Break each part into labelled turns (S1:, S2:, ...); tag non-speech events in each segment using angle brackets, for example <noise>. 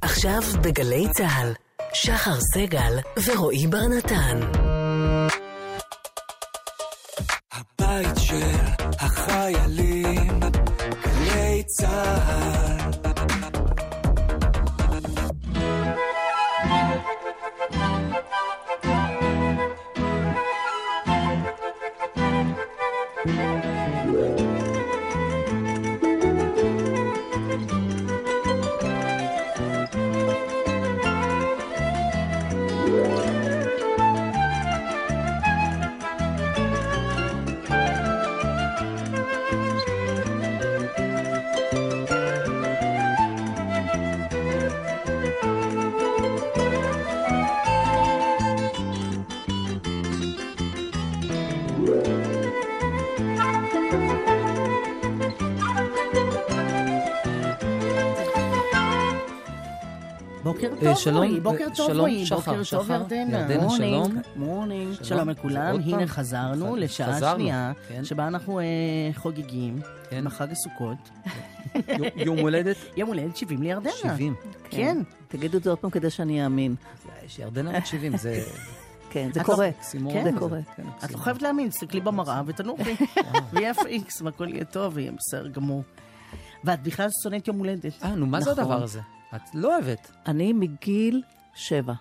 S1: עכשיו בגלי צה"ל, שחר סגל ורועי ברנתן.
S2: הבית של החיילים, גלי צה"ל.
S3: בוקר
S4: אה,
S3: טוב,
S4: שלום,
S3: רועי, בוקר
S4: אה,
S3: טוב,
S4: שלום,
S3: רועי,
S4: שחר,
S3: בוקר טוב,
S4: שחר,
S3: ירדנה.
S4: ירדנה, שלום.
S3: מורנינג,
S4: שלום.
S3: שלום לכולם.
S4: עוד
S3: הנה
S4: פעם?
S3: חזרנו
S4: חז-
S3: לשעה
S4: חזרנו,
S3: שנייה,
S4: כן.
S3: שבה אנחנו אה, חוגגים
S4: כן.
S3: מחג הסוכות.
S4: יום- יום הולדת
S3: יום הולדת 70 לירדנה.
S4: 70.
S3: כן.
S5: תגידו את זה עוד פעם כדי שאני אאמין.
S4: ירדנה בת 70, זה
S5: כן, זה
S3: את
S5: קורה.
S4: אוקסימורון.
S3: כן,
S4: הזה.
S5: זה קורה.
S4: כן,
S3: את לא
S4: אוקסימורון.
S3: חייבת להאמין, תסתכלי במראה ותנוחי. <laughs> ויהיה פיקס והכל יהיה טוב ויהיה בסדר גמור. ואת בכלל שונאת יום הולדת.
S4: אה, נו, מה זה
S3: נכון.
S4: הדבר הזה? את לא אוהבת.
S5: אני מגיל שבע.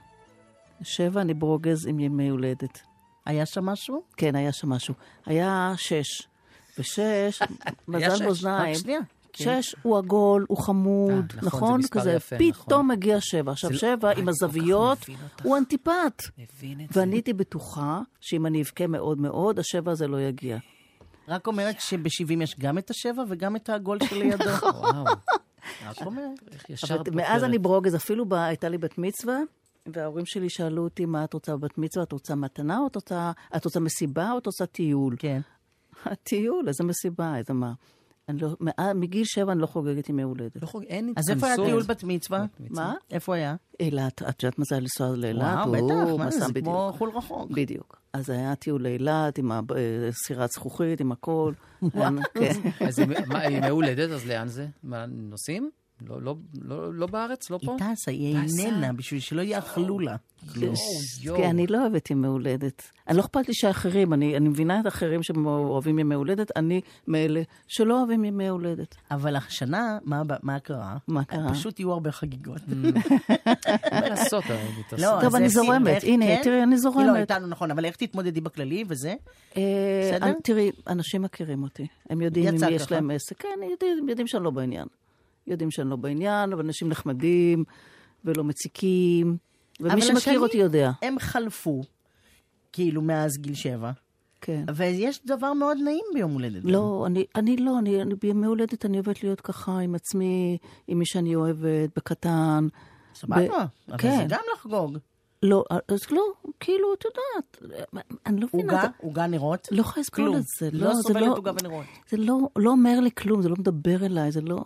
S5: שבע אני ברוגז עם ימי הולדת.
S3: היה שם משהו?
S5: כן, היה שם משהו. היה שש.
S3: <laughs>
S5: ושש,
S4: שש.
S5: מזל מאזניים.
S3: רק שנייה. כן.
S5: שש הוא עגול, הוא
S4: אה,
S5: חמוד,
S4: נכון, זה
S5: נכון?
S4: מספר
S5: כזה,
S4: יפה, נכון.
S5: פתאום מגיע שבע. עכשיו
S4: זה לא-
S5: שבע
S4: אה, אני
S5: עם
S4: כל כך
S5: הזוויות,
S4: מבין אותך.
S5: הוא אנטיפט.
S4: מבין את זה.
S5: ואני הייתי בטוחה שאם אני אבכה מאוד מאוד, השבע הזה לא יגיע.
S3: רק אומרת שב-70 יש גם את השבע וגם את העגול
S5: <laughs>
S3: שלידו.
S5: נכון.
S4: וואו. את אומרת, איך ישר
S5: אבל מאז אני ברוגז, אפילו ב- הייתה לי בת מצווה, וההורים שלי שאלו אותי, מה את רוצה בבת מצווה? את רוצה מתנה או את רוצה, את רוצה מסיבה או את רוצה טיול?
S3: כן.
S5: הטיול, איזה מסיבה, איזה מה. אני לא, מא- מגיל שבע אני לא חוגגת ימי הולדת.
S4: לא חוג... אין
S3: אז איפה היה
S4: התכנסות.
S3: טיול בת מצווה?
S5: מה?
S3: איפה היה?
S5: אילת, את יודעת מה זה היה לנסוע לאילת?
S3: וואו,
S5: או,
S3: בטח, מה זה,
S5: מסע
S3: זה
S5: בדיוק.
S3: כמו חול רחוק.
S5: בדיוק. אז היה טיול לאילת עם הב- אה, סירת זכוכית, עם
S3: <laughs>
S5: הכל. היה- כן.
S4: אז אם- מה, אם מהולדת, אז לאן זה? מה, נוסעים? לא- לא- לא לא בארץ? לא פה?
S3: היא טסה, היא
S4: טסה?
S3: איננה, בשביל שלא יאכלו לה. לא.
S4: יואו, יואו.
S5: כי אני לא אוהבת ימי הולדת. אני לא אכפת לי שאחרים, אני, אני מבינה את האחרים שאוהבים ימי הולדת, אני מאלה שלא אוהבים ימי הולדת.
S3: אבל השנה, מה ב- מה קרה?
S5: מה קרה?
S3: פשוט יהיו הרבה חגיגות. לא,
S4: מה לעשות? אה, אני מתעסק.
S5: טוב,
S3: אז
S5: אני
S3: איך-
S5: זורמת.
S3: איך-
S5: הנה,
S3: כן?
S5: תראי, אני זורמת.
S3: היא לא איתנו, נכון, אבל איך תתמודדי בכללי וזה?
S5: אה,
S3: בסדר?
S5: אני- תראי, אנשים מכירים אותי. הם יודעים
S3: יצא
S5: אם יש
S3: ככה.
S5: להם עסק. כן, יודעים, יודעים שאני לא בעניין. יודעים שאני לא בעניין, אבל אנשים נחמדים ולא מציקים.
S3: אבל
S5: ומי שמכיר
S3: השנים-
S5: אותי יודע.
S3: הם חלפו, כאילו, מאז גיל שבע,
S5: כן.
S3: ויש דבר מאוד נעים ביום הולדת.
S5: לא, אני, אני לא, אני, אני בימי הולדת אני אוהבת להיות ככה עם עצמי, עם מי שאני אוהבת, בקטן.
S3: סבבה,
S5: ב-
S3: אבל זה
S5: כן.
S3: גם לחגוג.
S5: לא, אז לא, כאילו, את יודעת, אני לא מבינה.
S3: עוגה,
S5: זה-
S3: עוגה נרות.
S5: לא יכולה לסבול
S3: כלום.
S5: את זה.
S3: לא
S5: זה
S3: סובלת עוגה ונרות.
S5: זה לא, לא אומר לי כלום, זה לא מדבר אליי, זה לא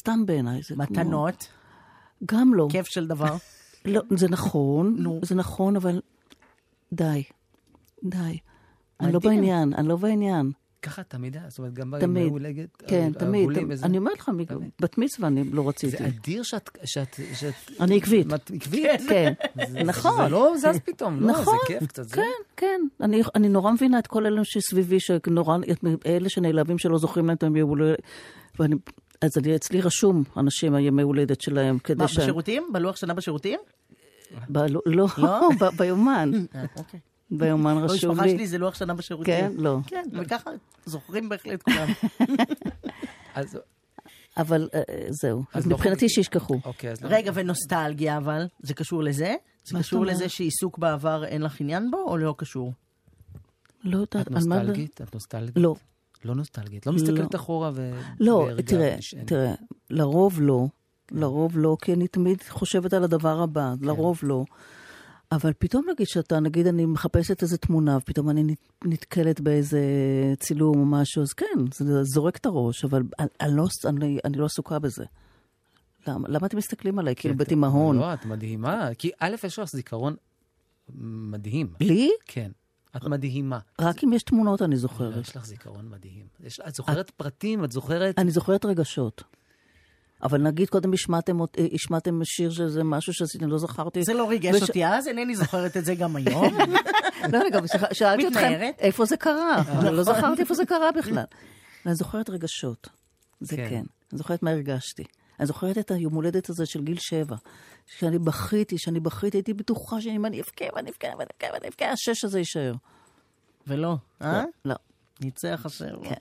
S5: סתם בעיניי. זה כמו-
S3: מתנות,
S5: גם לא.
S3: כיף של
S5: <laughs>
S3: דבר.
S5: לא, זה נכון, זה נכון, אבל די. די. אני לא
S3: מדהים.
S5: בעניין, אני לא בעניין.
S4: ככה תמיד היה? זאת אומרת, גם
S5: תמיד.
S4: בהולדת?
S5: כן, תמיד. תמיד. אני אומרת לך, מג-
S4: תמיד.
S5: בת מצווה אני לא רציתי.
S4: זה אדיר שאת... שאת- שאת-
S5: אני עקבית.
S4: את עקבית?
S5: כן,
S4: זה-
S5: נכון.
S4: זה לא זז פתאום, לא, זה
S5: נכון,
S4: כיף קצת. זה-
S5: כן, כן. אני, אני נורא מבינה את כל אלה שסביבי, שנורא, אלה שנעלבים שלא זוכרים להם את ימי הולדת. ואני, אז אני, אצלי רשום אנשים הימי הולדת שלהם, כדי
S3: מה,
S5: ש...
S3: בשירותים? בלוח שנה בשירותים?
S5: ב, לא, לא,
S3: לא?
S5: <laughs> ב, ביומן.
S3: אה, אוקיי.
S5: ביומן רשום
S3: במשפחה
S5: לי.
S3: שלי זה לוח שנה בשירותים.
S5: לא כן, לא.
S3: כן, וככה זוכרים בהחלט כולם.
S4: אז
S5: אבל אה, אה, זהו. אז
S4: לא
S5: מבחינתי
S4: חוגגים.
S5: שישכחו.
S4: אוקיי, אז לא-
S3: רגע, ונוסטלגיה אבל, זה קשור לזה? זה
S5: מה זאת
S3: קשור
S5: אומרת?
S3: לזה שעיסוק בעבר אין לך עניין בו, או לא קשור?
S5: לא
S4: את
S5: יודעת, על מה...
S4: נוסטלגית? את נוסטלגית?
S5: לא.
S4: לא נוסטלגית. לא מסתכלת אחורה ו...
S5: לא,
S4: והרגעת,
S5: תראה,
S4: נשענת.
S5: תראה, לרוב לא.
S3: כן.
S5: לרוב לא, כי אני תמיד חושבת על הדבר הבא, לרוב לא. אבל פתאום נגיד שאתה, נגיד אני מחפשת איזה תמונה, ופתאום אני נ- נתקלת באיזה צילום או משהו, אז כן, זה זורק את הראש, אבל אני, אני, לא, אני, אני לא עסוקה בזה. למה, למה אתם מסתכלים עליי?
S3: כן,
S5: כאילו בתימהון.
S4: לא, את מדהימה. כי א', יש לך זיכרון מדהים.
S5: לי?
S4: כן. את מדהימה.
S5: רק אם יש תמונות אני זוכרת.
S4: יש לך זיכרון מדהים. יש- את זוכרת פרטים, את זוכרת...
S5: אני זוכרת רגשות. אבל נגיד קודם השמעתם, אות- אה, השמעתם שיר שזה משהו שעשיתם, לא זכרתי.
S3: זה לא ריגש אותי אז, אינני זוכרת את זה גם היום.
S5: לא, אני גם שכ- שאלתי אתכם,
S3: מתנערת.
S5: איפה זה קרה? אבל לא
S3: <laughs> נכון.
S5: זכרתי איפה זה קרה בכלל. אני זוכרת רגשות, זה
S4: כן.
S5: כן. אני זוכרת מה הרגשתי. אני זוכרת את היום הולדת הזה של גיל שבע. שאני בכיתי, שאני בכיתי, הייתי בטוחה שאם אני אבכה ואני אבכה ואני אבכה ואני אבכה, השש הזה יישאר.
S3: <laughs> ולא, אה?
S5: לא.
S3: ניצח השם.
S5: כן.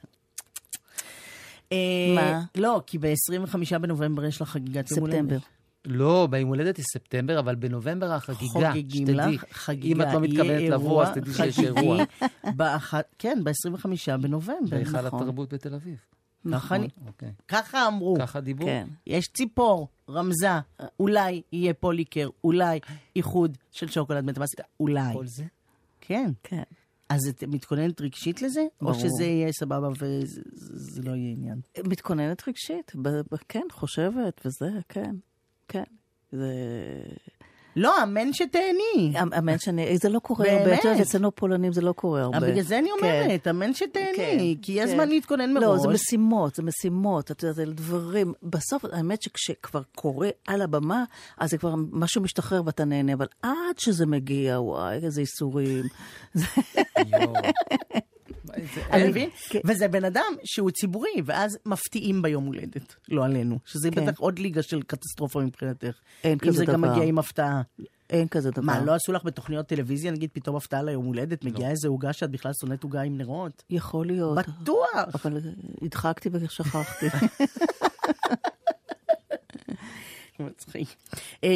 S3: אה,
S5: מה?
S3: לא, כי ב-25 בנובמבר יש לך חגיגת יום הולדת.
S5: ספטמבר.
S4: לא, ביום הולדת היא ספטמבר, אבל בנובמבר החגיגה,
S3: חוגגים
S4: שתדעי.
S3: לך, חגיגה.
S4: אם את לא מתכוונת
S3: יהיה
S4: לבוא,
S3: אירוע
S4: אז תדעי שיש אירוע.
S3: חגיגי כן, באחת- כן, ב-25 בנובמבר.
S4: בהיכל
S5: נכון.
S4: התרבות בתל אביב.
S3: ככה אני-
S4: אוקיי.
S3: ככה אמרו.
S4: ככה דיבור?
S5: לא. כן.
S3: יש ציפור, רמזה, אולי יהיה פוליקר, אולי איחוד של שוקולד מטבסית, אולי.
S4: כל זה?
S3: כן.
S5: כן.
S3: אז את מתכוננת רגשית לזה? או
S5: ברור.
S3: שזה יהיה סבבה וזה זה לא יהיה עניין?
S5: מתכוננת רגשית, ב- ב- כן, חושבת, וזה, כן, כן. זה...
S3: <laughs> לא, אמן שתהני.
S5: אמן שאני, זה לא קורה
S3: באמת? אה,
S5: הרבה. את יודעת, אצלנו הפולנים זה לא קורה הרבה.
S3: בגלל זה אני אומרת, אמן
S5: כן,
S3: שתהני, כי יש
S5: כן.
S3: זמן להתכונן מראש.
S5: לא, זה משימות, זה משימות, את יודעת, אלה דברים. בסוף, האמת שכשכבר קורה על הבמה, אז זה כבר משהו משתחרר ואתה נהנה, אבל עד שזה מגיע, וואי, איזה ייסורים. זה-
S4: יואו. זה-
S3: אני
S4: אין-
S3: מבין?
S5: כן,
S3: וזה בן אדם שהוא ציבורי, ואז מפתיעים ביום הולדת, לא עלינו. שזה
S5: כן.
S3: בטח עוד ליגה של קטסטרופה מבחינתך.
S5: אין
S3: אם
S5: כזה
S3: זה גם
S5: דבר.
S3: מגיע עם הפתעה.
S5: אין כזה דבר.
S3: מה, לא עשו לך בתוכניות טלוויזיה, נגיד, פתאום הפתעה ליום הולדת?
S4: לא.
S3: מגיעה איזה עוגה שאת בכלל שונאת עוגה עם נרות?
S5: יכול להיות.
S4: אוקיי.
S3: בטוח!
S5: אבל הדחקתי ושכחתי.
S3: <laughs> מצחיק. אה,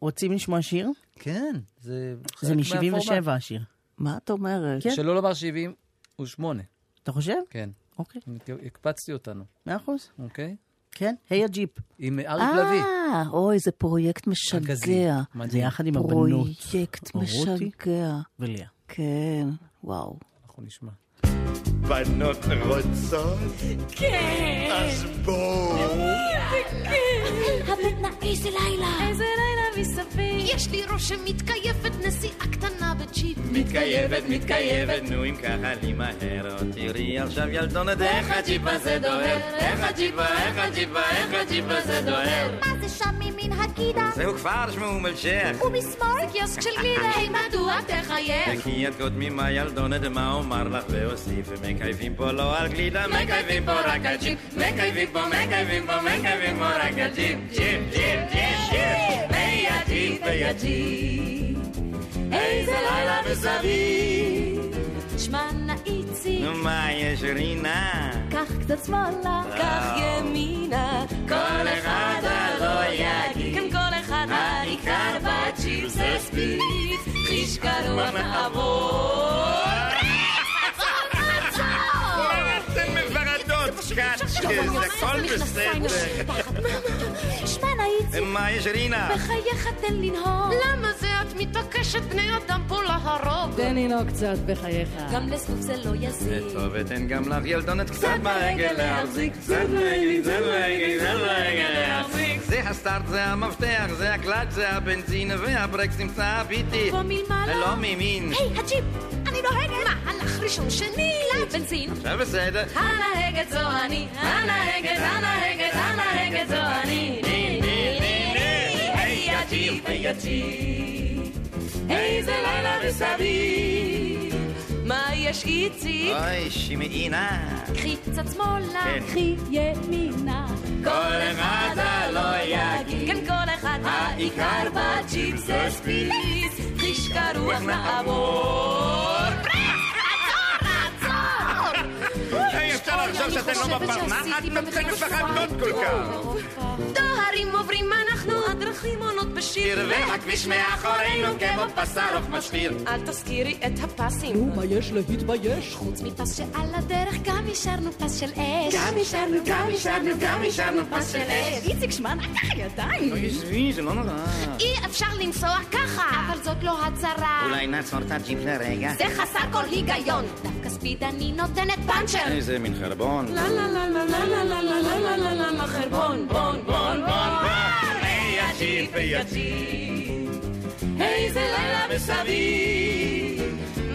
S3: רוצים לשמוע שיר?
S4: כן, זה...
S3: זה
S4: חלק מהפורמט.
S3: מ-77 השיר.
S5: מה את אומרת?
S3: כן.
S4: שלא לומר 78,
S3: אתה חושב?
S4: כן.
S3: אוקיי,
S4: אני- הקפצתי אותנו,
S3: מאה אחוז.
S4: אוקיי?
S3: כן, היי הג'יפ.
S4: עם אריק לביא.
S5: אה, אוי, זה פרויקט
S4: ארגזי.
S5: משגע.
S3: זה
S4: מדהים.
S3: יחד עם הבנות.
S5: פרויקט
S3: רותי?
S5: משגע.
S3: וליה.
S5: כן, וואו.
S4: אנחנו נשמע.
S6: בנות רוצות? כן. אז בואו.
S7: הבטנה, איזה לילה! איזה לילה מסביב! יש לי ראש שמתקייפת נסיעה קטנה בצ'יפ.
S8: מתקייבת, מתקייבת, נו אם ככה לי מהר, תראי עכשיו ילדונת, איך הג'יפ הזה דוהר, איך הג'יפה, איך הג'יפה, איך הג'יפ הזה דוהר.
S7: מה זה שם מימין הקידה?
S8: זהו כפר שמו אום אל-שייח,
S7: ומשמאל? קיוסק של גלידה. היי, מדוע תחייך?
S8: וכי את קודמי מה ילדונת, מה אומר לך ואוסיף, מקייבים פה לא על גלידה, מקייבים פה רק על ג'יפ, מקייבים פה, מקייבים פה, מקייבים פה רק על ג'יפ, ג'יפ, ג'יפ, ג'יפ, ג'יפ, היי הג'יפ, היי הג'יפ, איזה לילה מסביב.
S7: שמע נאיצי,
S8: נו מה יש רינה?
S7: קח קצת שמאלה, קח ימינה.
S8: כל אחד הלא יגיד.
S7: כן, כל אחד העיקר בצ'יפ זה ספיץ. חיש קרוח נעבור.
S8: אתן מוורדות, קצ'קס, הכל בסדר.
S7: שמע נאיצי,
S8: מה יש רינה?
S7: בחייך תן לנהוג. למה זה את מתעקשת בני אדם פה להרוג?
S9: תן לי לו קצת בחייך.
S7: גם לסוף זה לא יזיק.
S8: טוב, אתן גם לך ילדונת קצת
S7: ברגל
S8: ברגל
S7: להחזיק,
S8: להחזיק, קצת ברגל, קצת ברגל, קצת ברגל להחזיק. זה הסטארט, זה המפתח, זה הקלט, זה הבנזין, והברקס נמצא ביטי.
S7: פה מלמעלה.
S8: לא מימין.
S7: היי, הג'יפ, אני נוהגת. מה, הלך ראשון, שני, בנזין.
S8: עכשיו בסדר.
S7: הנהגת זו אני, הנהגת, הנהגת, הנהגת זו אני. ני, ני, ני, ני. היי, הג'יפ, היי, הג'יפ. איזה לילה מסביב. מה יש איציק?
S8: אוי, שמעינה.
S7: קחי קצת שמאלה,
S8: כן.
S7: קחי ימינה.
S8: כל אחד הלא יגיד.
S7: כן, כל אחד העיקר בג'יפ זה ספיץ. חיש קרוח נעבור.
S8: אי אפשר לחשוב שאתן לא בפרנס, את אתן מפחדות כל כך.
S7: דוהרים עוברים אנחנו, הדרכים עונות בשיר,
S8: והכביש מאחורינו כמו בשר עוף משחיר.
S7: אל תזכירי את הפסים. נו, מה יש להתבייש? חוץ מפס שעל הדרך גם השארנו פס של אש. גם השארנו, גם השארנו, גם השארנו פס של אש. איציק שמע, ככה ידיים.
S8: עזבי, זה לא נורא.
S7: אי אפשר לנסוע ככה, אבל זאת לא הצרה.
S8: אולי נעצור את הג'יפ לרגע.
S7: זה חסר כל היגיון. דווקא ספיד אני נותנת פאנצ'ר.
S8: איזה מין חרבון.
S7: לה לה לה לה לה לה לה לה לה לה לה לה לה חרבון בון בון בון בון היי הג'יפ היי הג'יפ איזה לילה מסביב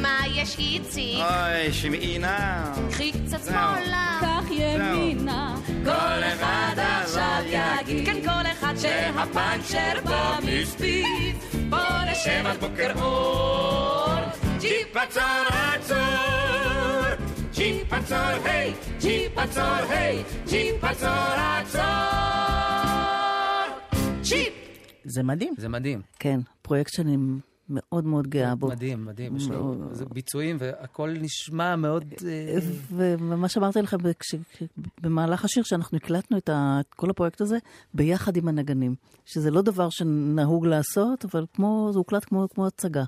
S7: מה יש יש איציק,
S8: אוי, שמעי נא.
S7: קחי קצת
S8: זהו.
S7: שמאלה,
S9: כך ימינה.
S7: כל אחד עכשיו יגיד, כן כל אחד שהפאנצ'ר בא מספיק, בוא נשב עד בוקר אור, ג'יפ עצור עצור, ג'יפ עצור היי, ג'יפ עצור היי, ג'יפ עצור עצור, ג'יפ!
S3: זה מדהים.
S4: זה מדהים,
S5: כן, פרויקט שאני מאוד מאוד גאה בו.
S4: מדהים, מדהים. יש לו זה ביצועים והכל נשמע מאוד... אה,
S5: ומה שאמרתי לך כש- כש- במהלך השיר, שאנחנו הקלטנו את ה- את כל הפרויקט הזה ביחד עם הנגנים. שזה לא דבר שנהוג לעשות, אבל כמו, זה הוקלט כמו, כמו הצגה.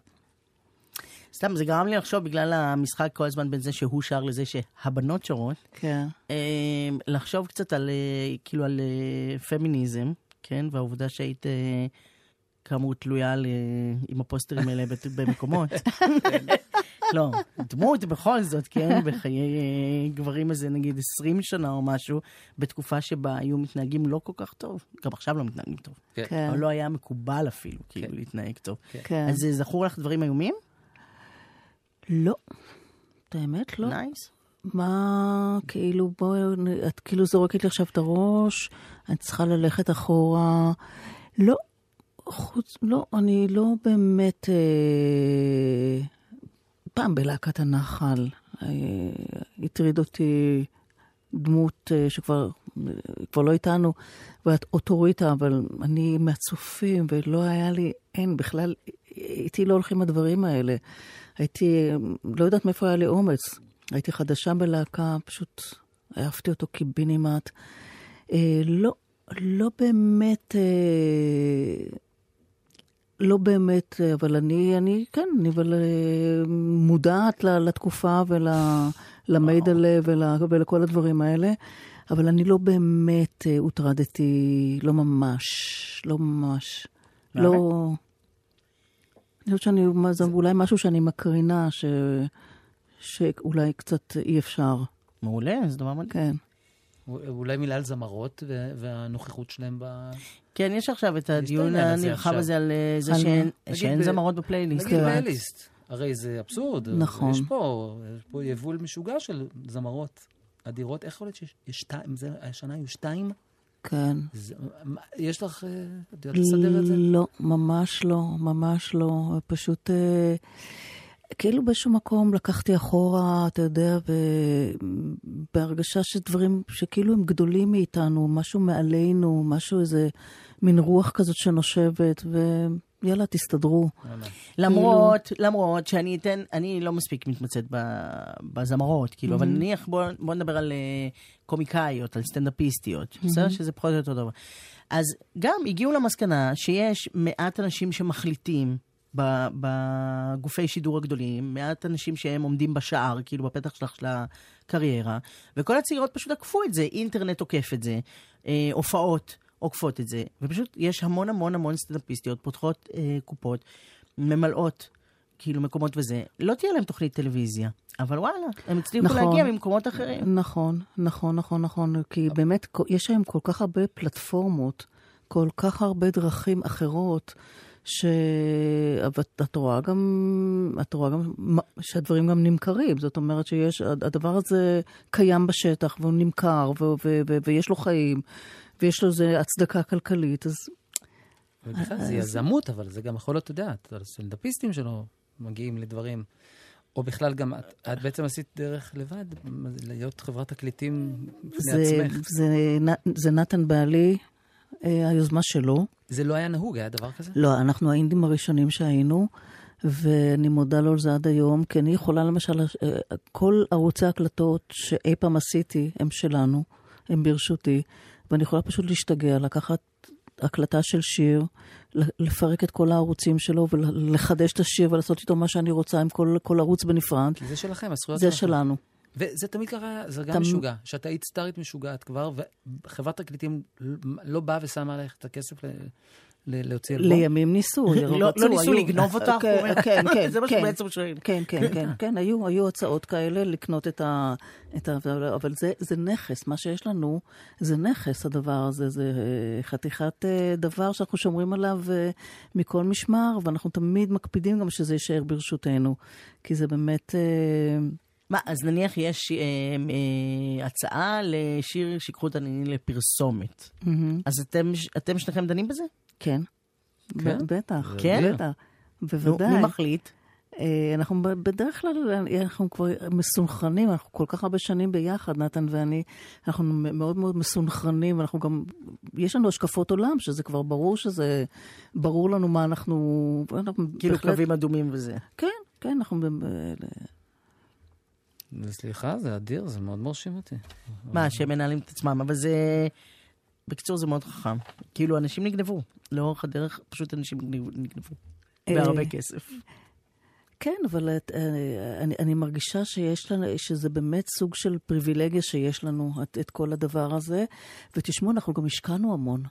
S3: סתם, זה גרם לי לחשוב בגלל המשחק כל הזמן בין זה שהוא שר לזה שהבנות שרות.
S5: כן.
S3: אה, לחשוב קצת על, אה, כאילו, על אה, פמיניזם, כן? והעובדה שהיית, אה, כאמור, תלויה על, אה, עם הפוסטרים האלה בת- במקומות. כן. לא, דמות בכל זאת, כן? בחיי אה, גברים איזה נגיד 20 שנה או משהו, בתקופה שבה היו מתנהגים לא כל כך טוב. גם עכשיו לא מתנהגים טוב.
S5: כן.
S3: אבל לא היה מקובל אפילו, כאילו, להתנהג טוב.
S5: כן.
S3: אז אה, זכור לך דברים איומים?
S5: לא. את האמת, לא.
S3: נייס.
S5: מה, כאילו, בואי, את כאילו זורקת לי עכשיו את הראש, אני צריכה ללכת אחורה. לא, חוץ, לא, אני לא באמת... אה, פעם בלהקת הנחל אה, הטריד אותי דמות אה, שכבר אה, כבר לא איתנו, ואת אוטוריטה, אבל אני מהצופים, ולא היה לי, אין, בכלל, איתי לא הולכים הדברים האלה. הייתי, אה, לא יודעת מאיפה היה לי אומץ. הייתי חדשה בלהקה, פשוט אהבתי אותו קיבינימט. אה, לא, לא באמת... אה, לא באמת, אבל אני, אני כן, אני אבל אה, מודעת ל- לתקופה ולמיידלה ולכל הדברים האלה, אבל אני לא באמת אה, הוטרדתי, לא ממש, לא ממש. לא... אני חושבת שאני, מה זה אולי משהו שאני מקרינה, ש... שאולי קצת אי אפשר,
S3: מעולה, זה דבר מדהים.
S5: כן.
S4: אולי מילה על זמרות ו- והנוכחות שלהם ב...
S3: כן, יש עכשיו את הדיון
S4: העניין הזה
S3: הנרחב
S4: עכשיו.
S3: הזה על אה, זה
S5: על מה?
S3: שאין-
S4: נגיד
S3: שאין
S4: ב-
S3: זמרות בפלייליסט.
S4: נגיד פלייליסט. הרי זה אבסורד.
S5: נכון.
S4: יש פה, יש פה יבול משוגע של זמרות אדירות. איך יכול להיות שיש יש שתיים, זה, השנה היו שתיים?
S5: כן.
S4: זה, מה- יש לך, אה, את יודעת לסדר את זה?
S5: לא, ממש לא, ממש לא. פשוט אה, כאילו באיזשהו מקום לקחתי אחורה, אתה יודע, ו- בהרגשה שדברים שכאילו הם גדולים מאיתנו, משהו מעלינו, משהו, איזה מין רוח כזאת שנושבת, ויאללה, תסתדרו.
S3: למרות, למרות שאני אתן, אני לא מספיק מתמצאת ב- בזמרות, כאילו, אבל נניח בוא בוא נדבר על אה, קומיקאיות, על סטנדאפיסטיות, בסדר? שזה פחות או יותר דבר. אז גם הגיעו למסקנה שיש מעט אנשים שמחליטים. ב- בגופי שידור הגדולים, מעט אנשים שהם עומדים בשער, כאילו בפתח שלך של הקריירה, וכל הצעירות פשוט עקפו את זה, אינטרנט עוקף את זה, אה, הופעות עוקפות את זה, ופשוט יש המון המון המון סטנדאפיסטיות, פותחות אה, קופות, ממלאות, כאילו, מקומות וזה. לא תהיה להם תוכנית טלוויזיה, אבל וואלה, הם הצליחו
S5: נכון.
S3: להגיע ממקומות אחרים.
S5: נכון, נכון, נכון, נכון, כי באמת כ- יש היום כל כך הרבה פלטפורמות, כל כך הרבה דרכים אחרות, ש... אבל את רואה גם, את רואה גם מה- שהדברים גם נמכרים. זאת אומרת שיש, הד- הדבר הזה קיים בשטח והוא נמכר ו... ו... ו... ויש לו חיים, ויש לו איזה הצדקה כלכלית, אז
S4: ובכלל, זה יזמות, אבל זה גם יכול להיות, את יודעת, על סטנדאפיסטים שלא מגיעים לדברים. או בכלל גם, את, את בעצם עשית דרך לבד, להיות חברת תקליטים בפני
S5: זה,
S4: עצמך.
S5: זה, נ- זה נתן בעלי, אה, היוזמה שלו.
S4: זה לא היה נהוג, היה דבר כזה?
S5: לא, אנחנו האינדים הראשונים שהיינו, ואני מודה לו על זה עד היום, כי אני יכולה למשל, אה, כל ערוצי ההקלטות שאי פעם עשיתי, הם שלנו, הם ברשותי, ואני יכולה פשוט להשתגע, לקחת הקלטה של שיר, ל- לפרק את כל הערוצים שלו ולחדש את השיר ולעשות איתו מה שאני רוצה עם כל, כל ערוץ בנפרד.
S4: כי זה שלכם,
S3: לא
S4: הזכויות
S5: זה
S4: שלכם.
S5: שלנו.
S4: וזה תמיד קרה, זה גם
S5: תמ-
S4: משוגע, שאת היית סטארית משוגעת כבר, וחברת תקליטים לא באה ושמה עלייך את הכסף ל- ל- להוציא אלבום?
S5: לימים ניסו,
S3: <laughs> לא- לא
S5: רצו,
S3: ניסו
S5: היו-
S3: לגנוב אותך?
S5: <laughs> כן,
S3: הוא אומר. <laughs>
S5: כן, כן.
S3: זה מה
S5: כן.
S3: שהוא בעצם שואל.
S5: כן, כן, כן, כן, היו, היו הצעות כאלה לקנות את ה... את ה אבל זה, זה נכס, מה שיש לנו זה נכס, הדבר הזה, זה אה, חתיכת אה, דבר שאנחנו שומרים עליו אה, מכל משמר, ואנחנו תמיד מקפידים גם שזה יישאר ברשותנו, כי זה באמת... אה,
S3: מה, אז נניח יש אה, אה, הצעה לשיר שיקחו את הנינים לפרסומת. אז אתם, אתם שניכם דנים בזה?
S5: כן.
S4: כן?
S5: ב- בטח,
S3: כן?
S5: בטח.
S3: נו,
S5: בוודאי.
S3: מי מחליט?
S5: אה, אנחנו ב- בדרך כלל, אנחנו כבר מסונכרנים, אנחנו כל כך הרבה שנים ביחד, נתן ואני, אנחנו מ- מאוד מאוד מסונכרנים, אנחנו גם, יש לנו השקפות עולם, שזה כבר ברור שזה, ברור לנו מה אנחנו... אנחנו
S3: כאילו
S5: בהחלט-
S3: קווים אדומים וזה.
S5: כן, כן, אנחנו... ב- ב-
S4: סליחה, זה אדיר, זה מאוד מרשים אותי.
S3: מה, שהם מנהלים את עצמם, אבל זה... בקיצור, זה מאוד חכם. כאילו, אנשים נגנבו. לאורך הדרך, פשוט אנשים נגנבו- נגנבו.
S5: אה,
S3: בהרבה כסף.
S5: כן, אבל את, אה, אני, אני מרגישה שיש לנו, שזה באמת סוג של פריבילגיה שיש לנו את, את כל הדבר הזה. ותשמעו, אנחנו גם השקענו המון.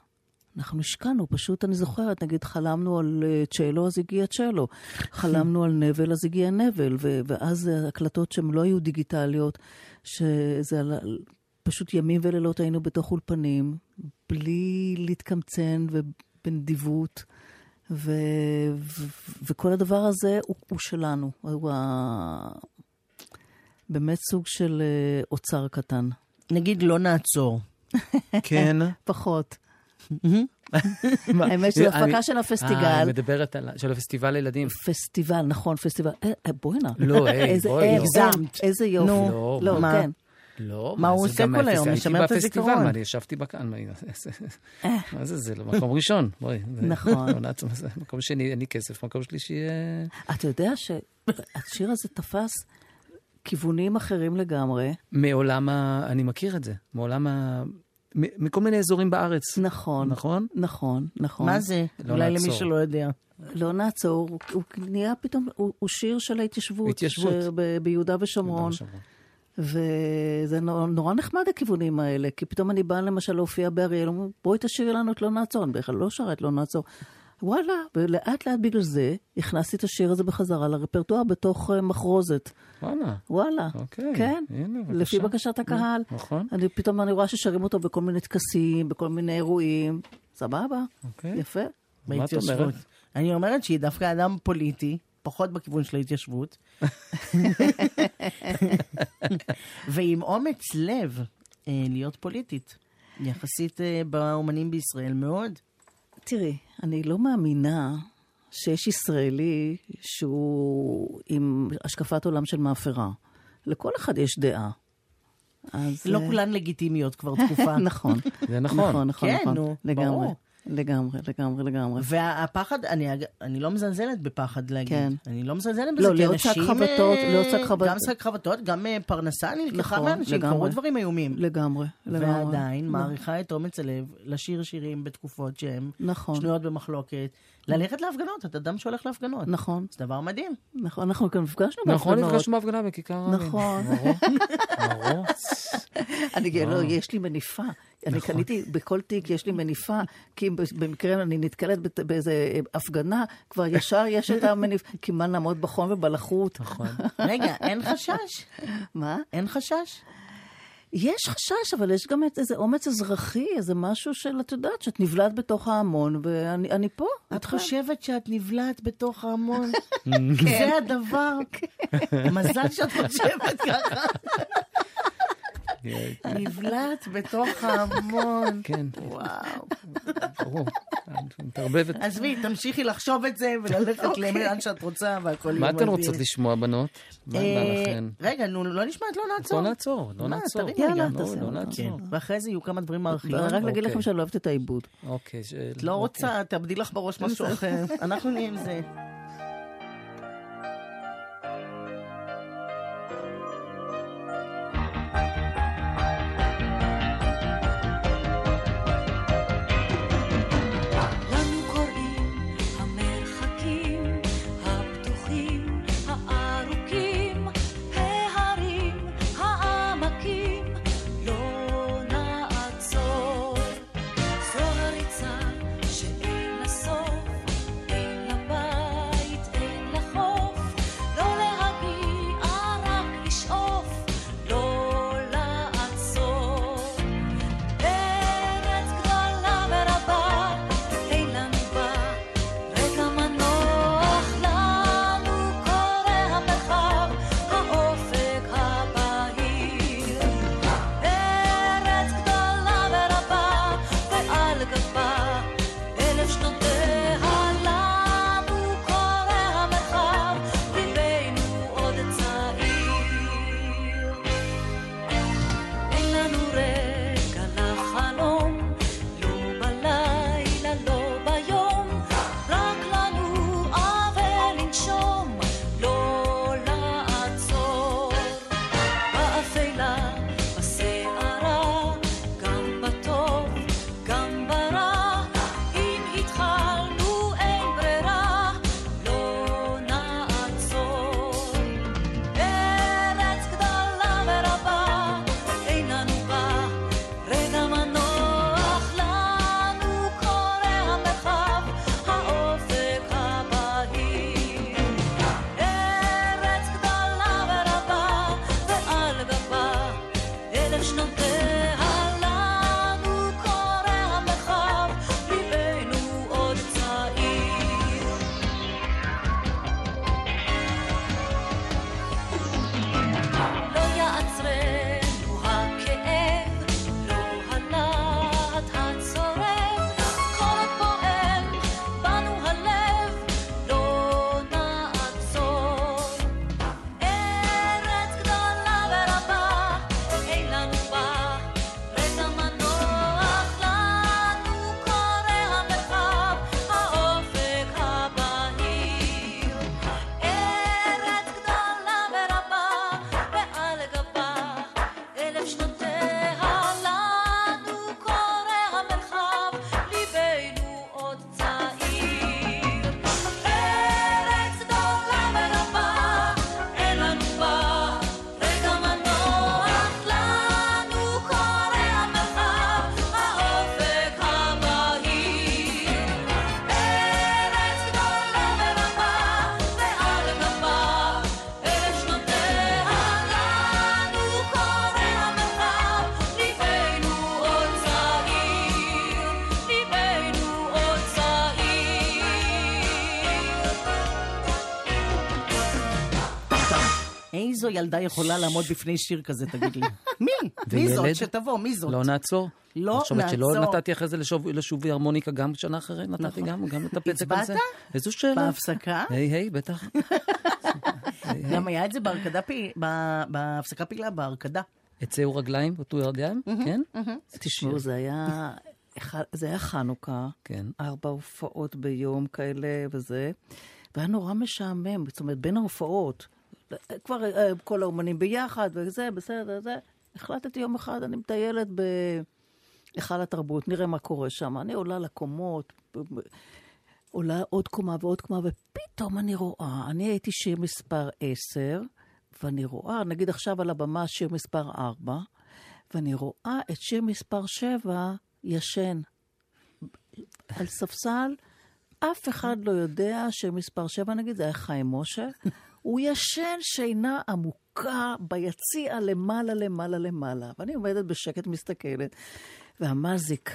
S5: אנחנו השקענו, פשוט אני זוכרת, נגיד חלמנו על אה, צ'לו, אז הגיע צ'לו. חלמנו על נבל, אז הגיע נבל. ו- ואז אה, הקלטות שהן לא היו דיגיטליות, שזה על, על- פשוט ימים ולילות היינו בתוך אולפנים, בלי להתקמצן ובנדיבות. ו... ו... וכל הדבר הזה הוא, הוא שלנו, הוא ה... באמת סוג של אה, אוצר קטן,
S3: נגיד, לא נעצור.
S4: כן.
S5: פחות.
S4: מה?
S5: <laughs> האמת שזו
S4: אני-
S5: הפקה של
S4: אה, היא
S5: הפסטיגל.
S4: מדברת על... ה- של הפסטיבל לילדים.
S5: פסטיבל, נכון, פסטיבל. אה, אה, בואנה. <laughs>
S3: <laughs>
S4: לא, היי,
S5: איזה-
S4: בואי,
S5: אה,
S4: לא.
S3: הגזמת.
S5: איזה יופי.
S3: נו,
S4: לא,
S5: לא,
S3: מה?
S5: כן.
S4: לא,
S3: מה הוא
S4: זה
S3: עושה
S4: גם
S3: כל היום?
S4: הפסטיבל-
S3: משמר את
S4: הייתי בפסטיבל,
S3: הזיכרון. אה.
S4: מה, אני ישבתי בקהל, מה, זה- <laughs> מה זה, זה לא מקום ראשון, בואי. זה-
S5: נכון.
S4: <laughs> עונת- זה מקום שני, אין לי כסף, מקום שלישי... אה,
S5: אתה יודע שהשיר הזה תפס כיוונים אחרים לגמרי.
S4: מעולם ה... אני מכיר את זה, מעולם ה... מ- מכל מיני אזורים בארץ,
S5: נכון.
S4: נכון?
S5: נכון, נכון.
S3: מה זה?
S4: לא
S3: אולי
S4: נעצור.
S3: למי שלא יודע.
S5: לא נעצור, הוא, הוא נהיה פתאום, הוא, הוא שיר של ההתיישבות.
S4: התיישבות.
S5: שב- ביהודה
S3: נכון.
S5: ושומרון.
S4: בשומרון.
S5: וזה נור- נורא נחמד הכיוונים האלה, כי פתאום אני באה למשל להופיע באריאל, אומרים, בואי תשאירי לנו את לא נעצור, אני בכלל לא שרה את לא נעצור. וואלה, ולאט לאט בגלל זה הכנסתי את השיר הזה בחזרה לרפרטואר בתוך אה, מחרוזת.
S4: וואלה.
S5: וואלה.
S4: אוקיי,
S5: כן.
S4: הנה, בבקשה.
S5: לפי בקשת הקהל.
S4: נכון.
S5: אני פתאום אני רואה ששרים אותו בכל מיני טקסים, בכל מיני אירועים. סבבה.
S4: אוקיי.
S5: יפה.
S4: מה את
S3: בהתיישבות.
S4: אומרת?
S3: אני אומרת שהיא דווקא אדם פוליטי, פחות בכיוון
S5: <laughs>
S3: של ההתיישבות. ועם אומץ לב אה, להיות פוליטית. יחסית אה, באומנים בישראל מאוד.
S5: תראי, אני לא מאמינה שיש ישראלי שהוא עם השקפת עולם של מאפרה. לכל אחד יש דעה. אז...
S3: לא
S5: אה,
S3: כולן לגיטימיות כבר תקופה.
S5: <laughs> נכון.
S4: זה נכון.
S5: נכון, נכון,
S3: כן,
S5: נכון.
S3: נו,
S5: לגמרי.
S3: ברור.
S5: לגמרי, לגמרי, לגמרי.
S3: והפחד, אני, אג- אני לא מזלזלת בפחד להגיד.
S5: כן.
S3: אני לא מזלזלת בזה,
S5: לא,
S3: כי
S5: להיות
S3: אנשים...
S5: שק חבטות,
S3: אה,
S5: להיות שק חבטות.
S3: גם שק חבטות, גם אה, פרנסה נלקחה
S5: נכון,
S3: מאנשים,
S5: לגמרי.
S3: קרו דברים איומים.
S5: לגמרי, לגמרי.
S3: ועדיין מעריכה את אומץ הלב לשיר שירים בתקופות שהן
S5: נכון.
S3: שנויות במחלוקת. ללכת להפגנות, את אדם שהולך להפגנות.
S5: נכון,
S3: זה דבר מדהים.
S5: נכון, אנחנו גם נפגשנו
S4: נכון,
S5: בהפגנות.
S4: נפגשנו בהפגנה בכיכר רבין.
S5: נכון.
S4: מרור,
S3: <laughs>
S4: מרור.
S5: אני גאה, לא, יש לי מניפה. אני
S3: נכון.
S5: קניתי, בכל תיק יש לי מניפה, כי אם במקרה אני נתקלת בת- באיזה אה, הפגנה, כבר ישר יש את המניפה, <laughs> כי מה לעמוד בחום ובלחות. <laughs> נכון.
S3: רגע, אין חשש?
S5: מה?
S3: אין חשש?
S5: יש חשש, אבל יש גם את- איזה אומץ אזרחי, איזה משהו של, את יודעת, שאת נבלעת בתוך ההמון, ואני אני פה.
S3: את
S5: איתכם.
S3: חושבת שאת נבלעת בתוך ההמון? זה הדבר? מזל שאת חושבת ככה. נבלעת בתוך ההמון.
S4: כן,
S3: וואו.
S4: ברור. את מתערבבת.
S3: עזבי, תמשיכי לחשוב את זה וללכת לאן שאת רוצה והכל יהיה
S4: מה אתן
S3: מדהים.
S4: רוצות לשמוע, בנות? מה בא
S3: אה,
S4: לכן?
S3: רגע, נו, לא נשמע את לא נעצור.
S4: לא נעצור, לא
S3: מה,
S4: נעצור.
S3: תרימי
S5: יאללה,
S4: לא,
S5: תעשה
S4: לא
S5: אותה.
S3: כן.
S4: נעצור.
S3: ואחרי זה יהיו כמה דברים מהארכיון.
S5: רק להגיד
S4: אוקיי.
S5: לכם <laughs> שאני לא אוהבת את העיבוד.
S4: אוקיי. ש-
S3: כן. את לא
S4: אוקיי.
S3: רוצה, תאבדי לך בראש משהו אחר. אנחנו נהיה עם זה.
S7: לנו קוראים המרחקים הפתוחים, הארוכים, ההרים, העמקים, לא נעצור. זו הריצה שאין לה סוף, לא לא
S3: איזו ילדה יכולה לעמוד בפני שיר כזה,
S4: <laughs>
S3: תגיד לי? מי? מי
S4: וילד?
S3: זאת? שתבוא, מי זאת?
S4: לא נעצור.
S3: לא
S4: את חושבת שלא
S3: נעצור. נכון.
S4: נתתי אחרי זה לשוב- לשובי הרמוניקה גם שנה אחרי? נתתי גם גם את הפצק הזה?
S3: הצבעת?
S4: איזו שאלה.
S3: בהפסקה?
S4: היי, היי,
S3: <laughs>
S4: בטח. אה.
S3: גם היה את זה בהרקדה, פי- ב- בהפסקה פעילה,
S4: <laughs>
S3: בהרקדה.
S4: עצהו רגליים, עטו ירדיים, כן?
S5: תשמעו, זה היה, אחד- זה היה חנוכה,
S4: כן.
S5: ארבע הופעות ביום כאלה וזה, והיה נורא משעמם, זאת אומרת, בין ההופעות, כבר אה, כל האומנים ביחד וזה, בסדר, זה. החלטתי יום אחד, אני מטיילת בהיכל התרבות, נראה מה קורה שם. אני עולה לקומות, ב- ב- עולה עוד קומה ועוד קומה, ופתאום אני רואה, אני הייתי שיר מספר 10, ואני רואה, נגיד עכשיו על הבמה שיר מספר 4, ואני רואה את שיר מספר 7 ישן. על ספסל, אף אחד לא יודע שיר מספר 7, נגיד, זה היה חיים משה, הוא ישן שינה עמוקה ביציע למעלה, למעלה, למעלה. ואני עומדת בשקט, מסתכלת, והמזיק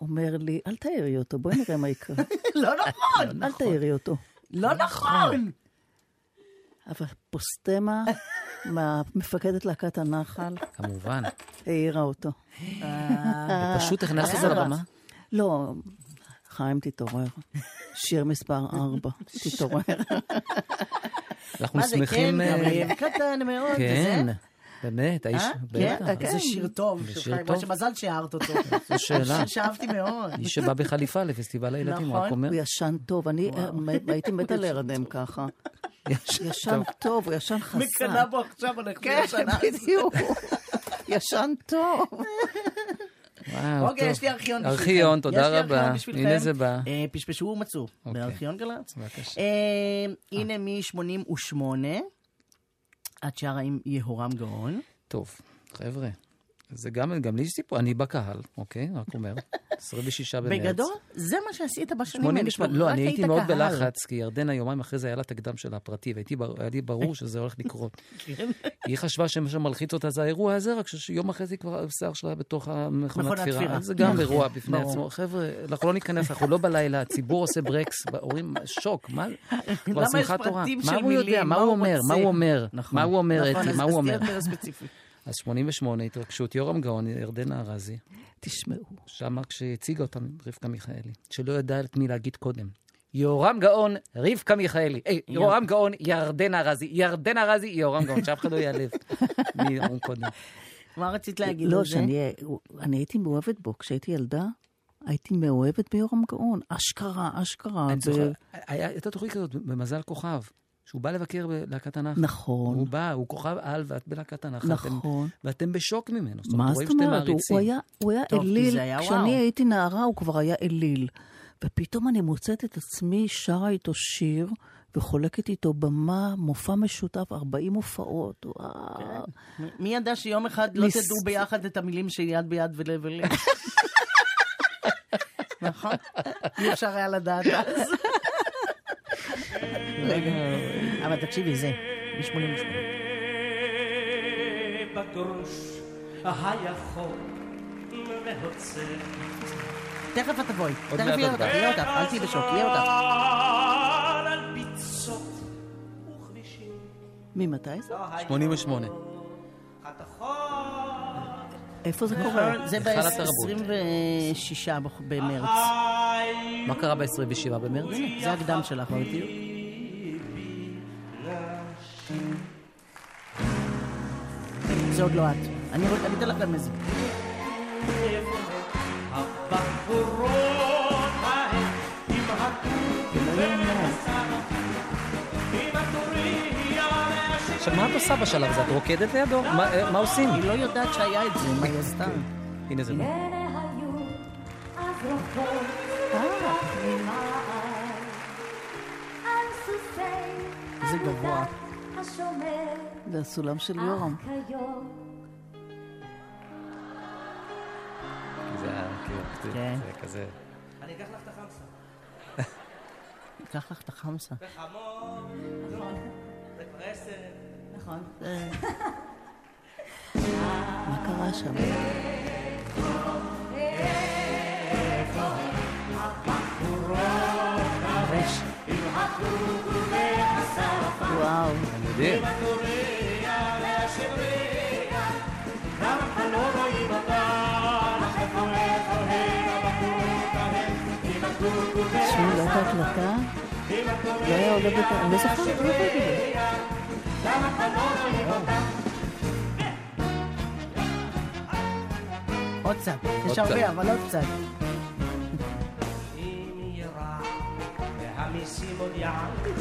S5: אומר לי, אל תעירי אותו, בואי נראה מה יקרה.
S3: לא נכון!
S5: אל תעירי אותו.
S3: לא נכון!
S5: אבל פוסטמה, מה- מפקדת להקת הנחל,
S4: כמובן.
S5: העירה אותו.
S3: אה,
S4: פשוט הכנסת את זה לבמה.
S5: לא, חיים תתעורר. שיר מספר ארבע, תתעורר.
S4: אנחנו
S3: מה זה, כן,
S4: שמחים... אה,
S3: גם קטן מאוד, וזה?
S4: כן, באמת, האיש...
S3: אה? כן,
S4: בטח.
S3: איזה שיר טוב.
S4: זה
S3: של
S4: שיר
S3: חיים
S4: טוב.
S3: משה, מזל שהערת אותו.
S4: <laughs> זו שאלה.
S3: שאהבתי מאוד.
S4: מי שבא בחליפה לפסטיבל הילדים, הוא רק
S3: נכון.
S4: אומר...
S5: הוא ישן טוב, אני אה, מ- <laughs> הייתי מתה להירדם ככה. <laughs> ישן טוב, הוא ישן חסן.
S3: מקנא בו עכשיו הולך
S5: כן,
S3: מהשנה.
S5: בדיוק. <laughs> ישן טוב.
S4: וואו,
S3: אוקיי,
S4: טוב.
S3: יש לי ארכיון בשבילכם.
S4: ארכיון,
S3: יש
S4: תודה
S3: לי ארכיון
S4: רבה.
S3: בשבילכם.
S4: הנה זה בא.
S3: אה, פשפשו ומצאו,
S4: אוקיי.
S3: בארכיון גל"צ.
S4: בבקשה.
S3: אה, הנה מ-88, את שרה עם יהורם גאון.
S4: טוב, חבר'ה, זה גם, גם לי יש סיפור, אני בקהל, אוקיי? רק
S3: <laughs>
S4: אומר, 26 במרץ.
S3: בגדול, זה מה שעשית בשנים האלה.
S4: 88,
S3: כלומר,
S4: לא,
S3: רק
S4: אני הייתי
S3: היית
S4: מאוד
S3: קהל.
S4: בלחץ, כי ירדנה יומיים אחרי זה היה לה את הקדם שלה הפרטי, והייתי בר- היה לי ברור
S3: <laughs>
S4: שזה הולך לקרות.
S3: כן.
S4: היא חשבה שמה שמלחיץ אותה זה האירוע הזה, רק שיום אחרי זה כבר השיער שלה היה בתוך המכונת
S3: מכונת
S4: תפירה.
S3: תפירה. נכון,
S4: אז זה גם אירוע בפני
S3: ברור.
S4: עצמו. חבר'ה, אנחנו לא ניכנס, אנחנו לא בלילה, הציבור עושה ברקס, ההורים, שוק,
S3: <laughs>
S4: מה? כבר
S3: למה יש
S4: שמחת תורה.
S3: פרטים
S4: מה
S3: של
S4: הוא יודע?
S3: מילים?
S4: מה הוא אומר? מה הוא
S3: רוצה?
S4: אומר?
S3: נכון.
S4: מה הוא אומר,
S3: נכון,
S4: אתי?
S3: אז
S4: מה הוא
S3: אז תהיה
S4: אומר?
S3: יותר ספציפי.
S4: אז 88, התרגשות, יורם גאון, ירדנה ארזי,
S5: תשמעו.
S4: שמה כשהציגה אותם רבקה מיכאלי, שלא ידעה את מי להגיד קודם. יורם גאון, רבקה מיכאלי. היי, יורם גאון, ירדנה ארזי. ירדנה ארזי, יורם גאון, שאף אחד לא
S5: <laughs>
S4: ייעלב. מי אמרו קודם.
S3: מה רצית להגיד
S5: לא,
S3: על זה?
S5: שאני אני הייתי מאוהבת בו. כשהייתי ילדה, הייתי מאוהבת ביורם גאון. אשכרה, אשכרה.
S4: אני
S5: ב-
S4: זוכר, היה- הייתה תוכנית כזאת במזל כוכב, שהוא בא לבקר בלהקת הנחל.
S5: נכון.
S4: הוא בא, הוא כוכב על, ואת בלהקת הנחל. אתם-
S5: נכון.
S4: ואתם בשוק ממנו. זאת
S5: מה
S4: אומרת,
S5: זאת
S4: רואים שאתם
S5: אומרת? הוא-
S4: מעריצים.
S5: הוא היה, הוא היה
S3: טוב, כי זה
S5: אליל.
S3: היה וואו.
S5: כשאני הייתי נערה הוא כבר היה אליל. ופתאום אני מוצאת את עצמי שרה איתו שיר וחולקת איתו במה, מופע משותף, 40 הופעות. וואו.
S3: מי ידע שיום אחד לא
S5: ניס-
S3: תדעו ביחד את המילים של יד ביד ולב אל <laughs> לב? נכון? אי אפשר היה לדעת אז. <laughs> רגע, אבל תקשיבי, זה, מ-88.
S9: בגרוש היחור והוצא
S3: תכף את תבואי, תכף
S4: מעט
S3: יהיה
S4: את
S3: אותך,
S4: באה.
S3: יהיה אותך, אל תהיי בשוק, יהיה אותך.
S9: על ביצות וכבישים
S5: ממתי זה?
S4: 88.
S9: התחור
S5: איפה זה קורה?
S3: נכון. זה
S4: היכל התרבות.
S3: ב-26 במרץ.
S4: מה קרה ב-27 במרץ?
S3: זה הקדם שלך, לא בדיוק. זה עוד לא את. אני אני אתן לך גם איזה.
S9: הבחורות ההן עם הטורים עם הטורים
S4: עכשיו, מה את עושה בשלב הזה? את רוקדת לידו? מה- אה, מה עושים?
S3: היא לא יודעת שהיה את זה, מה היא עשתה?
S4: הנה זה בא.
S3: זה גבוה.
S5: זה הסולם של יורם.
S4: זה היה כאילו, זה
S3: כן.
S4: זה היה כזה...
S3: קח לך את החמסה.
S5: מה קרה שם? וואו.
S4: אני יודע.
S5: תשמעו, לא הייתה הקלטה? לא היה עולה בטח, אני לא זוכרת, לא יודעת את זה.
S3: עוד קצת,
S4: עוד
S3: יש
S4: קצת.
S3: הרבה, אבל עוד קצת.
S9: אם יהיה רע, והמיסים עוד יעלו,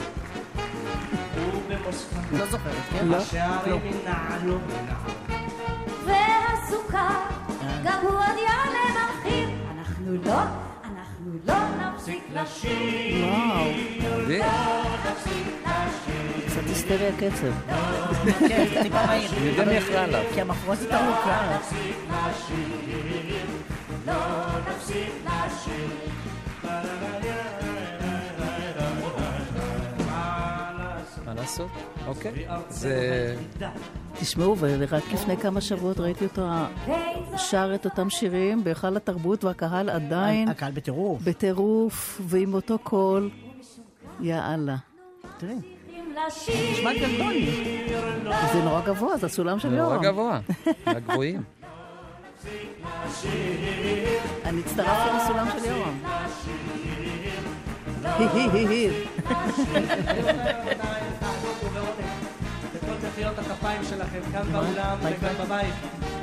S9: ובמוסקבה
S3: לא זוכרת, כן?
S9: השערים ינעלו ונעלו.
S7: והסוכר, גם הוא עוד יעלה במחיר. אנחנו לא, אנחנו לא נפסיק לשיר.
S5: וואו,
S4: זה-
S3: אה,
S5: קצת היסטריה קצב.
S3: כן, זה טיפה מהיר.
S4: אני
S5: <laughs>
S4: יודע מי אחראי עליו.
S3: כי המחרוזת ארוכה.
S4: מה לעשות? אוקיי. זה...
S5: תשמעו, ורק לפני כמה שבועות ראיתי אותו שר את אותם שירים בהיכל התרבות, והקהל עדיין
S3: הקהל בטירוף.
S5: בטירוף ועם אותו קול. יאללה.
S3: תראי,
S7: לשיר.
S3: נשמע גלדוני.
S5: זה נורא גבוה, זה הסולם של
S4: נורא
S5: יורם.
S3: לא. <laughs>
S4: גבוה. הגבוהים.
S5: אני אצטרפתי לסולם של יורם. הי, הי, הי, הי.
S9: וכל תחילות הכפיים שלכם, כאן באולם וגם בבית.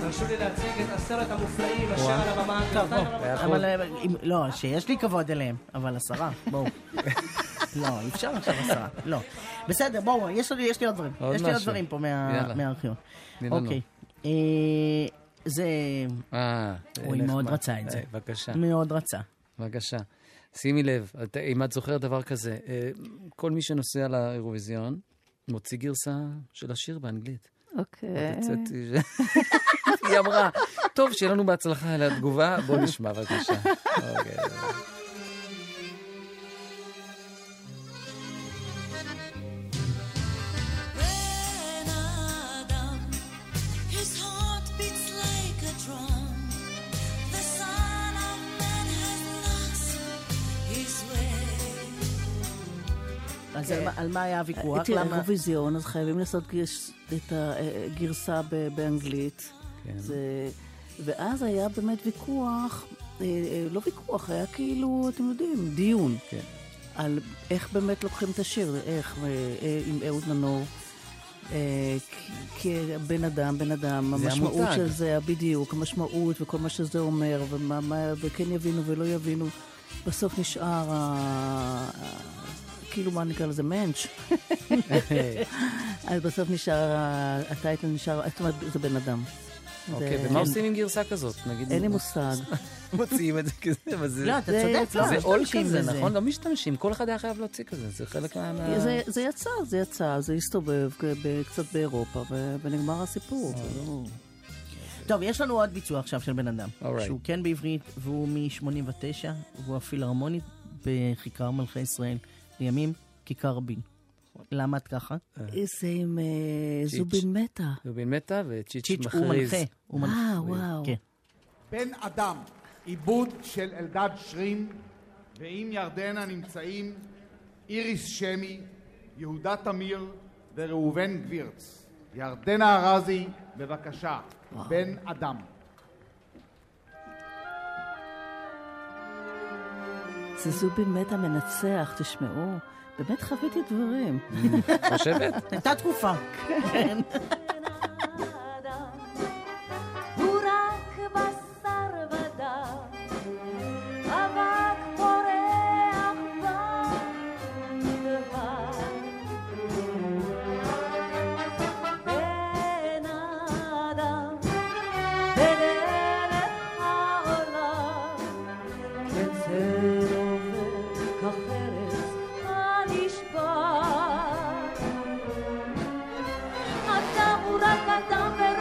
S9: תרשו לי להציג את עשרת המופלאים אשר על הבמה.
S3: בוא.
S4: היה יכול.
S3: אבל אה, אם- לא, שיש לי כבוד אליהם, אבל עשרה, בואו. <laughs> לא, אי אפשר עכשיו עשרה, לא. בסדר, בואו, יש לי יש לי עוד דברים.
S4: עוד
S3: יש לי עוד
S4: משהו.
S3: דברים פה מה-
S4: יאללה.
S3: מהארכיון.
S4: תני לנו.
S3: אוקיי. אה, זה...
S4: אה,
S3: הוא
S4: נחמד.
S3: מאוד רצה את זה.
S4: אה, בבקשה.
S3: מאוד רצה.
S4: בבקשה. שימי לב, את, אם את זוכרת דבר כזה, אה, כל מי שנוסע לאירוויזיון מוציא גרסה של השיר באנגלית.
S5: אוקיי.
S4: הוצאתי ש- <laughs> היא אמרה, טוב, שיהיה לנו בהצלחה על התגובה, בוא נשמע בבקשה.
S3: כן.
S4: אוקיי.
S7: Bren Adam, his heart beats like a drum. The Son of Man has lost his way.
S3: אז על מה- על מה היה הוויכוח?
S5: אה, תראה,
S3: למה?
S5: אירוויזיון, אז חייבים לעשות גרש- את הגרסה ב- באנגלית.
S4: כן.
S5: זה- ואז היה באמת ויכוח, אה, אה, לא ויכוח, היה כאילו, אתם יודעים, דיון.
S4: כן.
S5: על איך באמת לוקחים את השיר, איך, אה, אה, עם אהוד מנור. אה, כ- כבן אדם, בן אדם,
S4: זה
S5: המשמעות
S4: המותג.
S5: של זה, בדיוק, המשמעות וכל מה שזה אומר, ומה, מה, וכן יבינו ולא יבינו, בסוף נשאר, ה... כאילו מה נקרא לזה, מענץ'. אז בסוף נשאר, ה- הטייטל נשאר, זאת אומרת, זה בן אדם.
S4: אוקיי,
S5: זה-
S4: ומה עושים אה. עם גרסה כזאת? נגיד,
S5: אין לי מושג.
S4: <laughs> מוציאים את זה כזה, אבל זה...
S3: לא, אתה
S5: זה-
S3: צודק, לא,
S4: זה
S3: לא
S4: עול
S3: משתמשים
S4: כזה,
S3: בזה.
S4: נכון? לא משתמשים, כל אחד היה חייב להוציא כזה, זה חלק מה... מה-
S5: זה, זה יצא, זה יצא, זה הסתובב ב- קצת באירופה, ו- ונגמר הסיפור.
S4: אה,
S5: זה לא-
S3: טוב, יש לנו עוד ביצוע עכשיו של בן אדם.
S4: Alright.
S3: שהוא כן בעברית, והוא מ-89, והוא הפילהרמונית בכיכר מלכי ישראל, לימים כיכר בין. למה את ככה?
S5: זה עם אה,
S4: צ'יץ'.
S5: זובין מטה.
S4: רובין מתה וצ'יץ'
S3: צ'יץ' הוא
S4: מכריז.
S3: מנחה. הוא מנחה.
S5: אה, וואו.
S3: כן.
S10: בן אדם, עיבוד של אלדד שרים, ועם ירדנה נמצאים איריס שמי, יהודה תמיר וראובן גבירץ. ירדנה ארזי, בבקשה, בן אדם.
S5: זה זובין מטה מנצח, תשמעו. באמת חוויתי דברים.
S4: חושבת?
S3: הייתה תקופה.
S7: הוא רק בשר ודם, אבק פורח בדבר. בן אדם, בדרך העולם, כצל עובר, כחרס הנשבר. אתה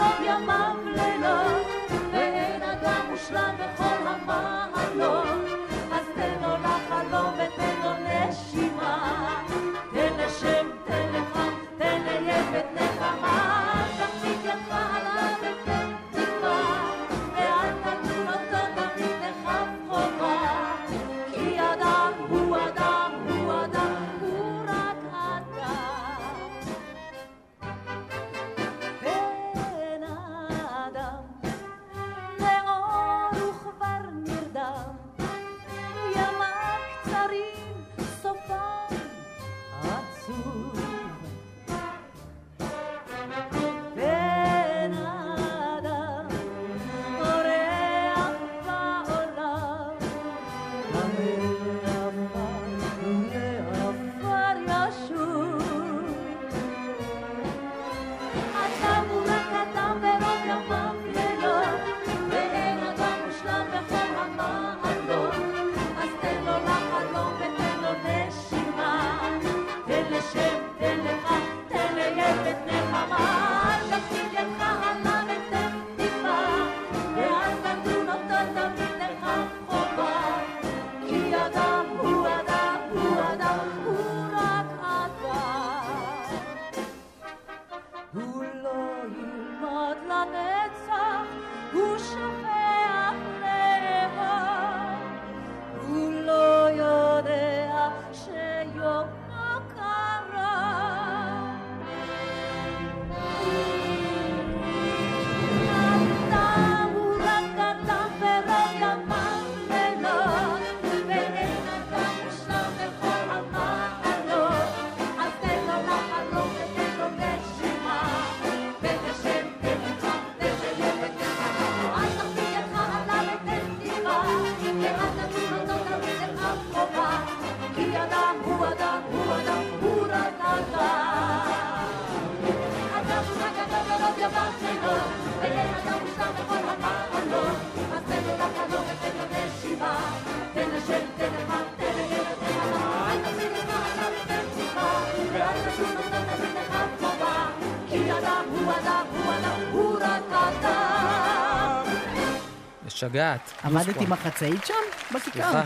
S4: משגעת.
S3: עמדתי עם החצאית שם? בכיכר.
S4: סליחה.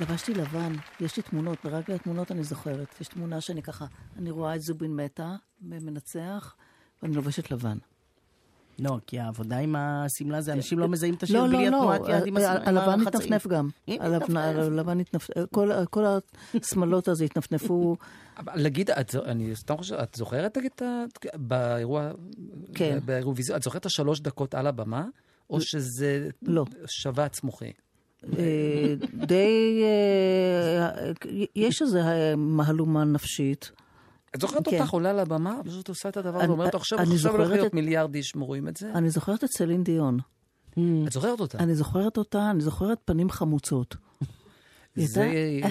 S5: לבשתי לבן, יש לי תמונות, ורק מהתמונות אני זוכרת. יש תמונה שאני ככה, אני רואה את זובין מתה, מנצח, ואני לובשת לבן.
S3: לא, כי העבודה עם השמלה זה, אנשים לא מזהים את השם
S5: אה, לא, לא,
S3: בלי
S5: לא,
S3: התנועת יד עם
S5: ה-
S3: הש-
S5: ה-
S3: עם
S5: הלבן
S3: החצאית.
S5: התנפנף גם.
S3: אם
S5: הלבן- הלבן התנפנף, כל- כל השמלות הזה התנפנפו.
S4: אבל להגיד, את, זו- אני סתם חושב, את זוכרת, תגיד, את ה- באירוע,
S5: כן.
S4: בא- באירוויזיון, את זוכרת את השלוש דקות על הבמה, או שזה
S5: לא.
S4: שבץ מוחי?
S5: אה, די, אה, יש איזה אה, מהלומה נפשית.
S4: את זוכרת
S5: כן.
S4: אותך עולה לבמה, פשוט עושה את הדבר הזה,
S5: אני-
S4: אומרת, עכשיו
S5: אני
S4: עכשיו הולך
S5: זוכרת
S4: להיות
S5: את-
S4: מיליארד איש רואים את זה?
S5: אני זוכרת את סלין דיון.
S4: את זוכרת אותה?
S5: אני זוכרת אותה, אני זוכרת פנים חמוצות. היא
S4: זה,
S5: הייתה-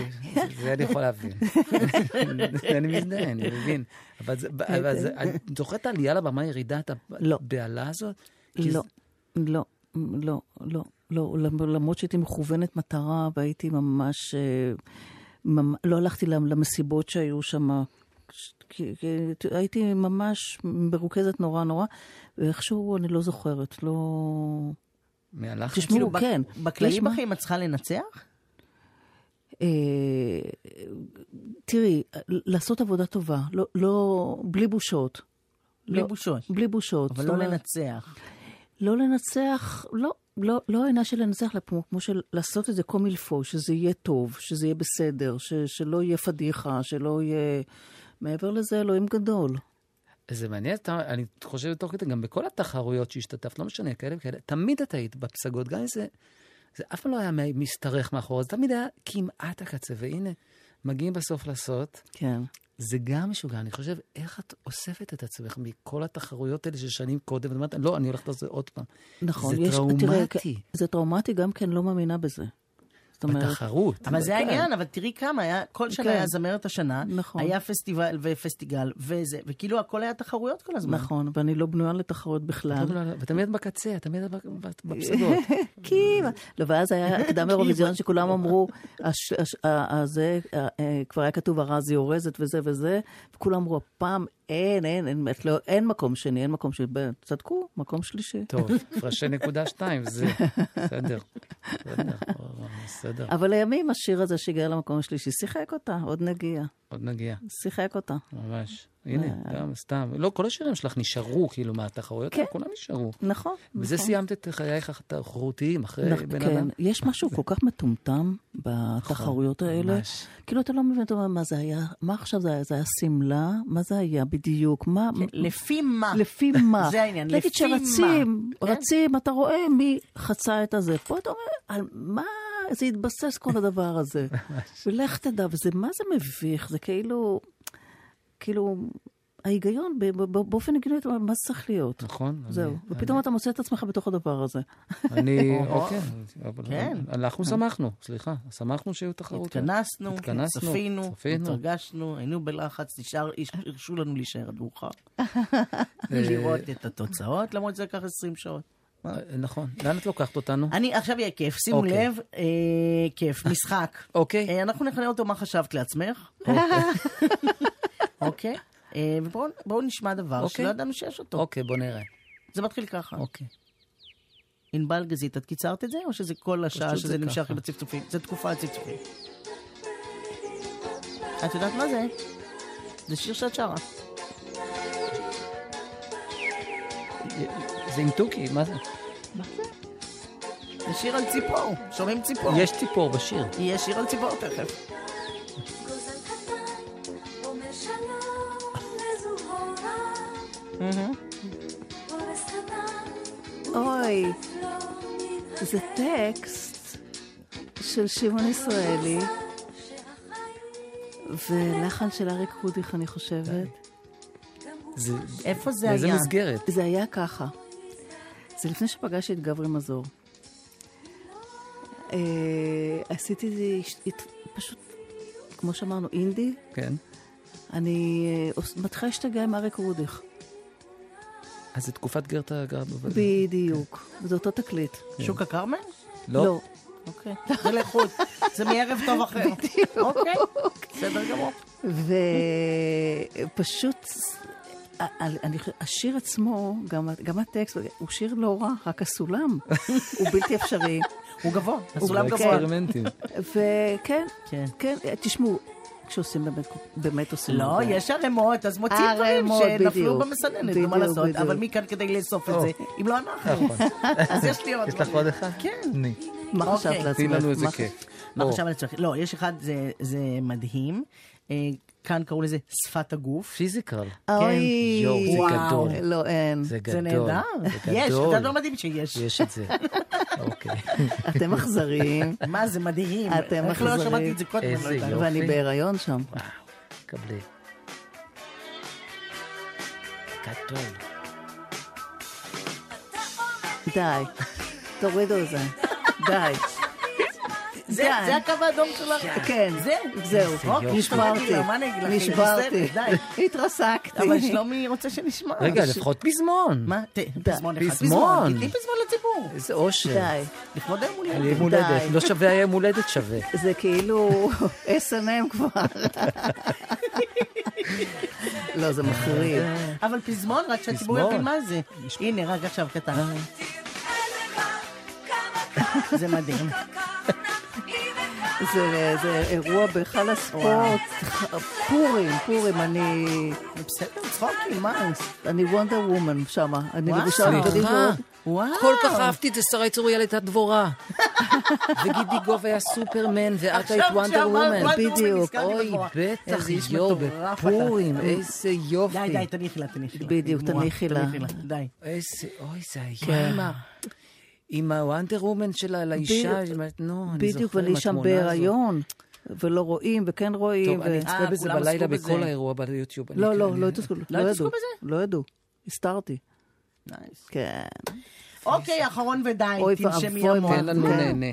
S4: זה אני יכול
S5: <laughs>
S4: להבין. אני מזדהה, אני מבין. אבל זה-
S5: כן,
S4: אבל זה- את זוכרת את העלייה לבמה, ירידה, את הבהלה הזאת? כי
S5: לא, לא, לא, לא, לא, למ- למרות שהייתי מכוונת מטרה והייתי ממש... אה, ממ- לא הלכתי למ- למסיבות שהיו שם. ש- כי- כי- ת- הייתי ממש מרוכזת נורא נורא, ואיכשהו אני לא זוכרת, לא...
S4: מהלך?
S5: תשמעו,
S3: כאילו, בק-
S5: כן. יש
S3: בכללים
S5: מה-
S3: בחיים את צריכה לנצח?
S5: אה, תראי, לעשות עבודה טובה, לא, לא, בלי בושות.
S3: בלי
S5: לא,
S3: בושות.
S5: בלי בושות.
S3: אבל
S5: זאת
S3: לא
S5: אומרת-
S3: לנצח.
S5: לא לנצח, לא, לא, לא העניין של לנצח, אלא כמו, כמו של לעשות את זה קומילפו, שזה יהיה טוב, שזה יהיה בסדר, ש, שלא יהיה פדיחה, שלא יהיה... מעבר לזה, אלוהים גדול.
S4: זה מעניין, אתה, אני חושב תוך כדי, גם בכל התחרויות שהשתתפת, לא משנה, כאלה וכאלה, תמיד את היית בפסגות, גם אם זה, זה אף פעם לא היה מה- משתרך מאחורה, זה תמיד היה כמעט הקצה, והנה, מגיעים בסוף לעשות,
S5: כן.
S4: זה גם משוגע, אני חושב, איך את אוספת את עצמך מכל התחרויות האלה של שנים קודם, ואת אומרת, לא, אני הולכת לעשות את זה עוד פעם.
S5: נכון.
S4: זה
S5: יש- תראה,
S4: טראומטי,
S5: כ- זה טראומטי גם כי אני לא מאמינה בזה. זאת אומרת...
S4: בתחרות.
S3: אבל זה
S5: כן.
S3: העניין, אבל תראי כמה, היה, כל שנה
S5: כן.
S3: היה זמרת השנה,
S5: נכון.
S3: היה פסטיבל ופסטיגל, וזה, וכאילו הכל היה תחרויות כל הזמן.
S5: נכון, ואני לא בנויה לתחרות בכלל.
S4: לא, לא, לא, ותמיד את בקצה, את תמיד את ב-
S5: <laughs>
S4: בפסגות.
S5: קיבה. לא, ואז היה קדם אירוויזיון שכולם אמרו, הש- הש- ה- ה- זה, ה- אה, כבר היה כתוב הרז יורזת וזה וזה, וכולם אמרו, הפעם אין, אין, אין, את לא- אין מקום שני, אין מקום שני. ב- צדקו, מקום שלישי.
S4: טוב, הפרשי נקודה שתיים, זה, בסדר. בסדר, בסדר,
S5: אבל לימים השיר הזה שהגיע למקום השלישי, שיחק אותה, עוד נגיע.
S4: עוד נגיע.
S5: שיחק אותה.
S4: ממש.
S3: אה.
S4: הנה, גם סתם. לא, כל השירים שלך נשארו, כאילו, מהתחרויות,
S5: כן.
S4: כולם נשארו.
S5: נכון.
S4: וזה
S5: נכון.
S4: סיימת את חייך התחרותיים, אחרי
S3: נכון,
S5: נכ-
S4: בן
S5: כן,
S4: אדם.
S5: יש משהו כל כך מטומטם בתחרויות האלה.
S4: נכון, ממש.
S5: כאילו, אתה לא מבין אתה אומר, מה זה היה, מה עכשיו זה היה? זה היה שמלה? מה זה היה בדיוק? מה...
S4: כן,
S3: לפי מה?
S5: אה, <laughs> לפי מה?
S3: זה העניין,
S5: נגיד
S3: לפי מה?
S5: שרצים,
S3: כן.
S5: רצים, אתה רואה מי חצה את הזה. פה אתה אומר, על מה זה התבסס כל הדבר הזה? ולך תדע, וזה, מה זה מביך? זה כאילו, כאילו, ההיגיון, ב- ב- ב- באופן הגיוני, אתה אומר, מה זה צריך להיות?
S4: נכון.
S5: זהו.
S4: אני-
S5: ופתאום אתה מוצא את עצמך בתוך הדבר הזה.
S3: <laughs>
S4: אני, אוקיי. אבל-
S3: כן.
S4: אנחנו שמחנו, סליחה. שמחנו שהיו תחרות.
S5: אוקיי.
S3: התכנסנו,
S4: התכנסנו,
S3: צפינו,
S4: צפינו.
S3: התרגשנו, היינו בלחץ, נשאר, הש- הרשו לנו להישאר עד מאוחר. לראות את התוצאות, למרות שזה לקח 20 שעות.
S4: אה, נכון. לאן את לוקחת אותנו?
S3: אני, עכשיו יהיה כיף, שימו
S4: אוקיי.
S3: לב, אה, כיף, משחק.
S4: אוקיי.
S3: אה, אנחנו נכנה אותו מה חשבת לעצמך, אוקיי? אה, ובואו בואו נשמע דבר
S4: אוקיי.
S3: שלא ידענו שיש אותו.
S4: אוקיי, בוא נראה.
S3: זה מתחיל ככה.
S4: אוקיי.
S3: ענבל גזית, את קיצרת את זה, או שזה כל השעה
S4: פשוט זה
S3: שזה נמשך
S4: ככה.
S3: עם הצפצופים? זה תקופה הצפצופים. את יודעת מה זה? זה שיר שאת שרה.
S4: זה עם תוכי, מה זה?
S3: אה. זה שיר על ציפור, שומעים ציפור.
S4: יש ציפור בשיר.
S3: יהיה שיר על ציפור תכף.
S5: אוי, זה טקסט של שמעון ישראלי, ולחן של אריק רודיך, אני חושבת.
S4: זה-
S3: איפה זה
S4: באיזה
S3: היה?
S4: מסגרת?
S5: זה היה ככה. זה לפני שפגשתי את גברי מזור. אה, עשיתי זה הש- הת- פשוט, כמו שאמרנו, אינדי.
S4: כן.
S5: אני אה, עוש- מתחילה להשתגע עם אריק רודיך.
S4: אז זה תקופת גרטה גרבה.
S5: בדיוק. זה אותו תקליט.
S3: שוק הכרמל?
S4: לא.
S3: אוקיי. זה לחוד. זה מערב טוב אחר. אוקיי. בסדר גמור.
S5: ופשוט אני חושבת- השיר עצמו, גם- גם הטקסט, הוא שיר לא רע, רק הסולם הוא בלתי אפשרי.
S3: הוא גבוה,
S5: הוא
S3: הסולם
S4: אוקיי,
S5: כן.
S3: גבוה. <laughs> אקספרימנטים.
S5: וכן,
S3: כן.
S5: כן, תשמעו, כשעושים באמת, באמת עושים
S3: לא,
S5: את זה.
S3: יש ערימות, אז מוצאים דברים
S5: ערימות,
S3: שנפלו
S5: בדיוק.
S3: במסננת, נו,
S5: בדיוק,
S3: מה לעשות?
S5: בדיוק.
S3: אבל מי כאן כדי לאסוף את
S5: או. נכון.
S3: זה, אם לא אנחנו? אז יש לי עוד.
S4: יש לך עוד אחד?
S3: כן.
S4: תני.
S5: מה
S3: אוקיי.
S5: חשבת לעצמך?
S4: תני לנו איזה
S5: מה-
S4: כיף.
S3: מה
S4: בוא.
S3: חשבת לעצמך? לא, יש אחד, זה- זה מדהים. אה, כאן קראו לזה שפת הגוף.
S4: פיזיקל. כן.
S5: אוי,
S4: יואו, זה
S5: וואו.
S4: גדול.
S5: לא, אין.
S4: זה גדול.
S3: זה נהדר.
S4: זה
S3: אה, יש,
S4: גדול.
S3: אתה לא מדהים שיש.
S4: יש
S3: <laughs>
S4: את זה. אוקיי.
S5: אתם אכזריים.
S3: מה, זה מדהים.
S5: אתם
S3: איך לא
S5: אכזריים.
S3: שמעתי את זה קודם?
S4: איזה
S3: לא יודעת.
S4: יופי.
S5: ואני בהיריון שם.
S4: קבלי. גדול.
S5: די. תורידו את זה. די.
S3: זה
S5: די.
S3: זה הקו האדום שלך?
S5: כן,
S3: זה?
S5: זהו,
S3: אוקיי,
S5: נשברתי,
S3: מה אני אגיד לך?
S5: נשברתי,
S3: בסדר, די.
S5: התרסקתי.
S3: אבל שלומי רוצה שנשמע.
S4: רגע,
S3: ש-
S4: לפחות פזמון.
S3: מה? ת- פזמון אחד.
S4: פזמון.
S3: תתני פזמון לציבור.
S4: איזה אושר.
S5: די.
S3: לכבוד היום
S4: על יום
S3: הולדת.
S4: הולדת.
S5: די.
S4: לא שווה היום הולדת שווה.
S5: זה כאילו S&M כבר. לא, זה מחריד.
S3: אבל פזמון, רק שהציבור
S4: פזמון.
S3: יבין מה זה. הנה, רק עכשיו קטן.
S5: אה.
S3: זה מדהים.
S5: זה זה אירוע בהיכל הספורט. פורים, פורים, אני...
S3: בסדר, צחוקים, מה?
S5: אני וונדר וומן שמה. אני
S3: וואו.
S5: לבושה בגדים
S4: סליחה.
S5: מאוד.
S3: וואו.
S4: כל כך אהבתי את זה, שרי צורי על הייתה
S3: <laughs>
S4: דבורה. וגידי גוב היה סופרמן, ואת היית וונדר וומן.
S5: בדיוק.
S4: אוי, בטח, יואו, בפורים, איזה יופי.
S3: די, די, תניחי לה, תניחי לה.
S5: בדיוק,
S3: נגמר,
S5: תניחי לה.
S3: די.
S4: איזה, אוי, זה
S5: כן.
S4: היה עם ה- עם הוונדר וומן שלה, על האישה,
S5: בדיוק.
S4: היא אומרת, נו, אני זוכר
S5: בדיוק,
S4: עם
S5: ואני שם
S4: התמונה הזאת.
S5: בהיריון, ולא רואים, וכן רואים.
S4: טוב,
S5: ו-
S4: אני אצפה
S3: אה,
S4: בזה
S3: כולם
S4: בלילה
S3: עסקו בזה.
S4: בכל האירוע ביוטיוב. אני-
S5: לא, לא,
S4: אני-
S5: לא התעסקו, לא
S3: התעסקו
S5: ידעו.
S3: בזה?
S5: לא ידעו, הסתרתי.
S3: נייס.
S5: כן.
S3: אוקיי, אחרון ודי,
S5: אוי
S3: תנשמי
S5: ואבוי,
S3: המוח.
S4: תן לנו
S5: כן.
S4: נהנה.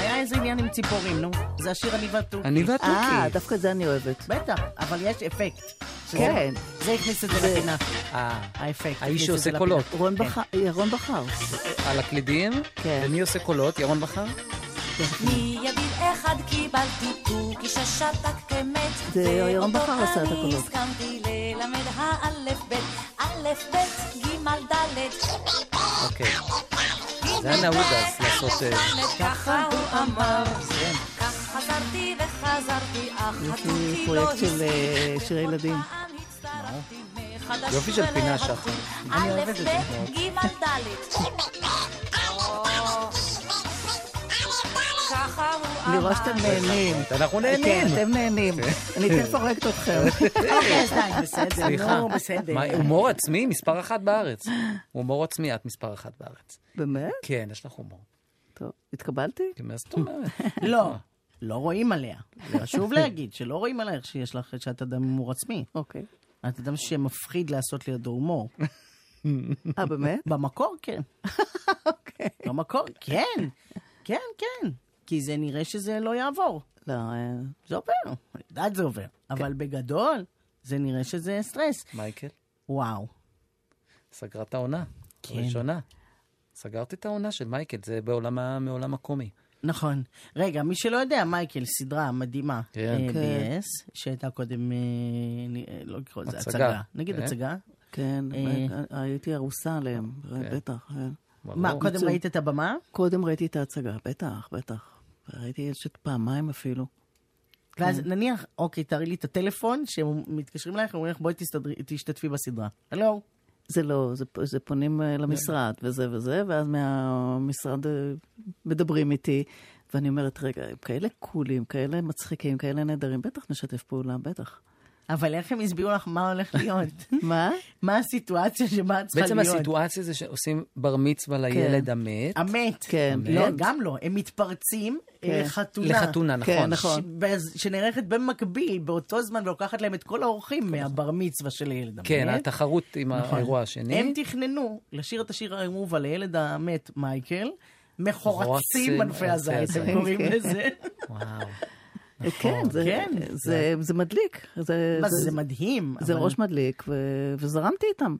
S3: היה איזה עניין עם ציפורים, נו. זה השיר אני והתוכי.
S4: אני
S5: אה,
S4: והתוכי.
S5: דווקא את זה אני אוהבת.
S3: בטח, אבל יש אפקט. שזה-
S5: כן.
S3: זה הכניס את זה לפינה,
S4: אה,
S3: האפקט.
S4: האיש
S3: הכניס את זה
S4: שעושה
S3: לפינה.
S4: קולות.
S5: רון בחר, אה, ירון בחר.
S4: על הקלידים?
S5: כן.
S4: ומי עושה קולות? ירון בחר?
S7: מי יגיד אחד קיבלתי תוכי ששתק כמת
S5: זה ירון
S7: ואותו
S5: בכר עשה את
S7: אני
S5: הקולות.
S7: הסכמתי ללמד האלף בית אלף בית גימל דלת
S4: אוקיי. זה היה נהוג אז לעשות... אה,
S7: ככה הוא אמר כך חזרתי וחזרתי אך
S5: יש לי
S7: התוכי לא
S5: פרויקט של, אה,
S7: הסכים,
S5: שירי ילדים.
S7: וכל פעם הצטרפתי מחדש
S4: יופי של פינה,
S7: ולהתחיל.
S4: שחר.
S7: אלף בית גימל דלת ככה הוא אמר
S5: אני רואה שאתם נהנים.
S4: אנחנו
S5: כן,
S4: נהנים.
S5: אתם נהנים.
S4: כן,
S5: אני כן אתן פורקת אתכם.
S3: אוקיי, אז די, בסדר,
S4: סליחה.
S5: לא
S3: נו, בסדר.
S4: מה, הומור עצמי, מספר אחת בארץ. הומור עצמי, את מספר אחת בארץ.
S5: באמת?
S4: כן, יש לך
S5: <laughs>
S4: הומור.
S5: טוב, התקבלתי?
S4: כן, מה זאת אומרת?
S3: לא, לא רואים עליה. חשוב להגיד שלא רואים עלייך שיש לך, שאת אדם עם הומור עצמי.
S5: אוקיי.
S3: את אדם שמפחיד לעשות לידו הומור.
S5: אה, באמת?
S3: במקור כן.
S5: אוקיי.
S3: במקור כן. כן, כן. כי זה נראה שזה לא יעבור.
S5: לא, אה, כן.
S3: זה עובר. אני יודעת זה עובר. אבל בגדול, זה נראה שזה סטרס.
S4: מייקל,
S3: וואו.
S4: סגרה את העונה.
S3: כן.
S4: הראשונה. סגרת את העונה של מייקל, זה בעולם ה- מעולם הקומי.
S3: נכון. רגע, מי שלא יודע, מייקל, סדרה מדהימה
S4: כן.
S3: אה,
S5: כן.
S3: ב-yes, שהייתה קודם, אה, אני- אה, לא לקרוא לזה,
S4: הצגה.
S3: הצגה. נגיד
S4: כן.
S3: הצגה.
S5: כן,
S3: אה.
S5: אה, הייתי ארוסה עליהם, בטח. כן.
S3: מה,
S4: ברור.
S3: קודם ראית את הבמה?
S5: קודם ראיתי את ההצגה, בטח, בטח. ראיתי את זה פעמיים אפילו.
S3: ואז
S5: כן.
S3: נניח, אוקיי, תראי לי את הטלפון, שמתקשרים אלייך, אומרים לך, בואי תסתדרי- תשתתפי בסדרה. הלו.
S5: זה לא, זה, זה פונים אה, למשרד וזה וזה, ואז מהמשרד אה, מדברים איתי, ואני אומרת, רגע, הם כאלה קולים, כאלה מצחיקים, כאלה נהדרים, בטח נשתף פעולה, בטח.
S3: אבל איך הם הסבירו לך מה
S5: <laughs>
S3: הולך להיות?
S5: מה?
S3: מה הסיטואציה שבה את צריכה
S4: בעצם
S3: להיות?
S4: הסיטואציה זה שעושים בר מצווה לילד המת.
S3: המת.
S5: כן,
S3: לא,
S5: מת.
S3: גם לא. הם מתפרצים אה,
S5: כן.
S3: לחתונה.
S4: לחתונה, נכון.
S5: כן,
S3: ש-
S5: נכון.
S3: בז- שנערכת במקביל, באותו זמן, ולוקחת להם את כל האורחים מהבר מצווה של הילד המת.
S4: כן, התחרות עם
S5: נכון.
S4: האירוע השני.
S3: הם תכננו לשיר את השיר האהוב על הילד המת, מייקל, מחורצים
S4: מחורצים
S3: ענפי הזית, הם
S4: הזית.
S3: קוראים לזה.
S4: וואו.
S5: כן, זה,
S3: כן.
S5: זה, זה מדליק. זה,
S3: מה זה, זה מדהים.
S5: זה
S3: אבל-
S5: ראש מדליק, ו, וזרמתי איתם.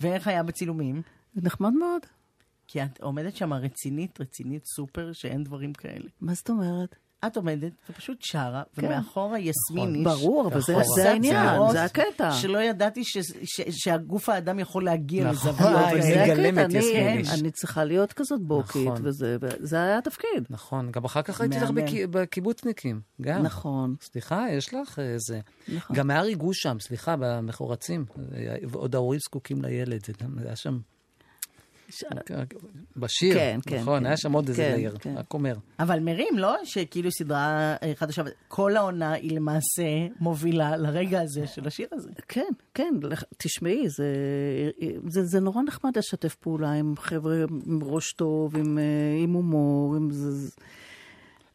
S3: ואיך היה בצילומים?
S5: זה נחמד מאוד.
S3: כי את עומדת שם רצינית, רצינית סופר, שאין דברים כאלה.
S5: מה זאת אומרת?
S3: את עומדת ופשוט שרה,
S5: כן. נכון.
S3: ומאחורה יסמיניש.
S5: ברור, אבל זה-
S3: עושה
S5: זה העניין,
S3: צעקות
S5: זה הקטע.
S3: שלא ידעתי ש- ש- שהגוף האדם יכול להגיע
S5: נכון,
S3: לזוויות.
S5: אבל
S3: האלה.
S5: זה הקטע, אני- אני צריכה להיות כזאת בוקית,
S3: נכון.
S5: וזה זה היה התפקיד.
S4: נכון, גם אחר כך ראיתי לך
S5: מהמם.
S4: בק- בקיבוצניקים, גם.
S5: נכון.
S4: סליחה, יש לך איזה...
S5: נכון.
S4: גם היה ריגוש שם, סליחה, במחורצים. היה- ועוד ההורים זקוקים לילד, זה גם היה שם... בשיר,
S3: כן, כן,
S4: נכון,
S3: כן.
S4: היה שם עוד איזה
S3: כן,
S4: לייר,
S3: כן.
S4: רק אומר.
S3: אבל מרים, לא? שכאילו סדרה אה, חדשה, אבל כל העונה היא למעשה מובילה לרגע הזה של השיר הזה.
S5: כן, כן, לח- תשמעי, זה, זה, זה נורא נחמד לשתף פעולה עם חבר'ה עם ראש טוב, עם, אה, עם הומור, עם זה... זה-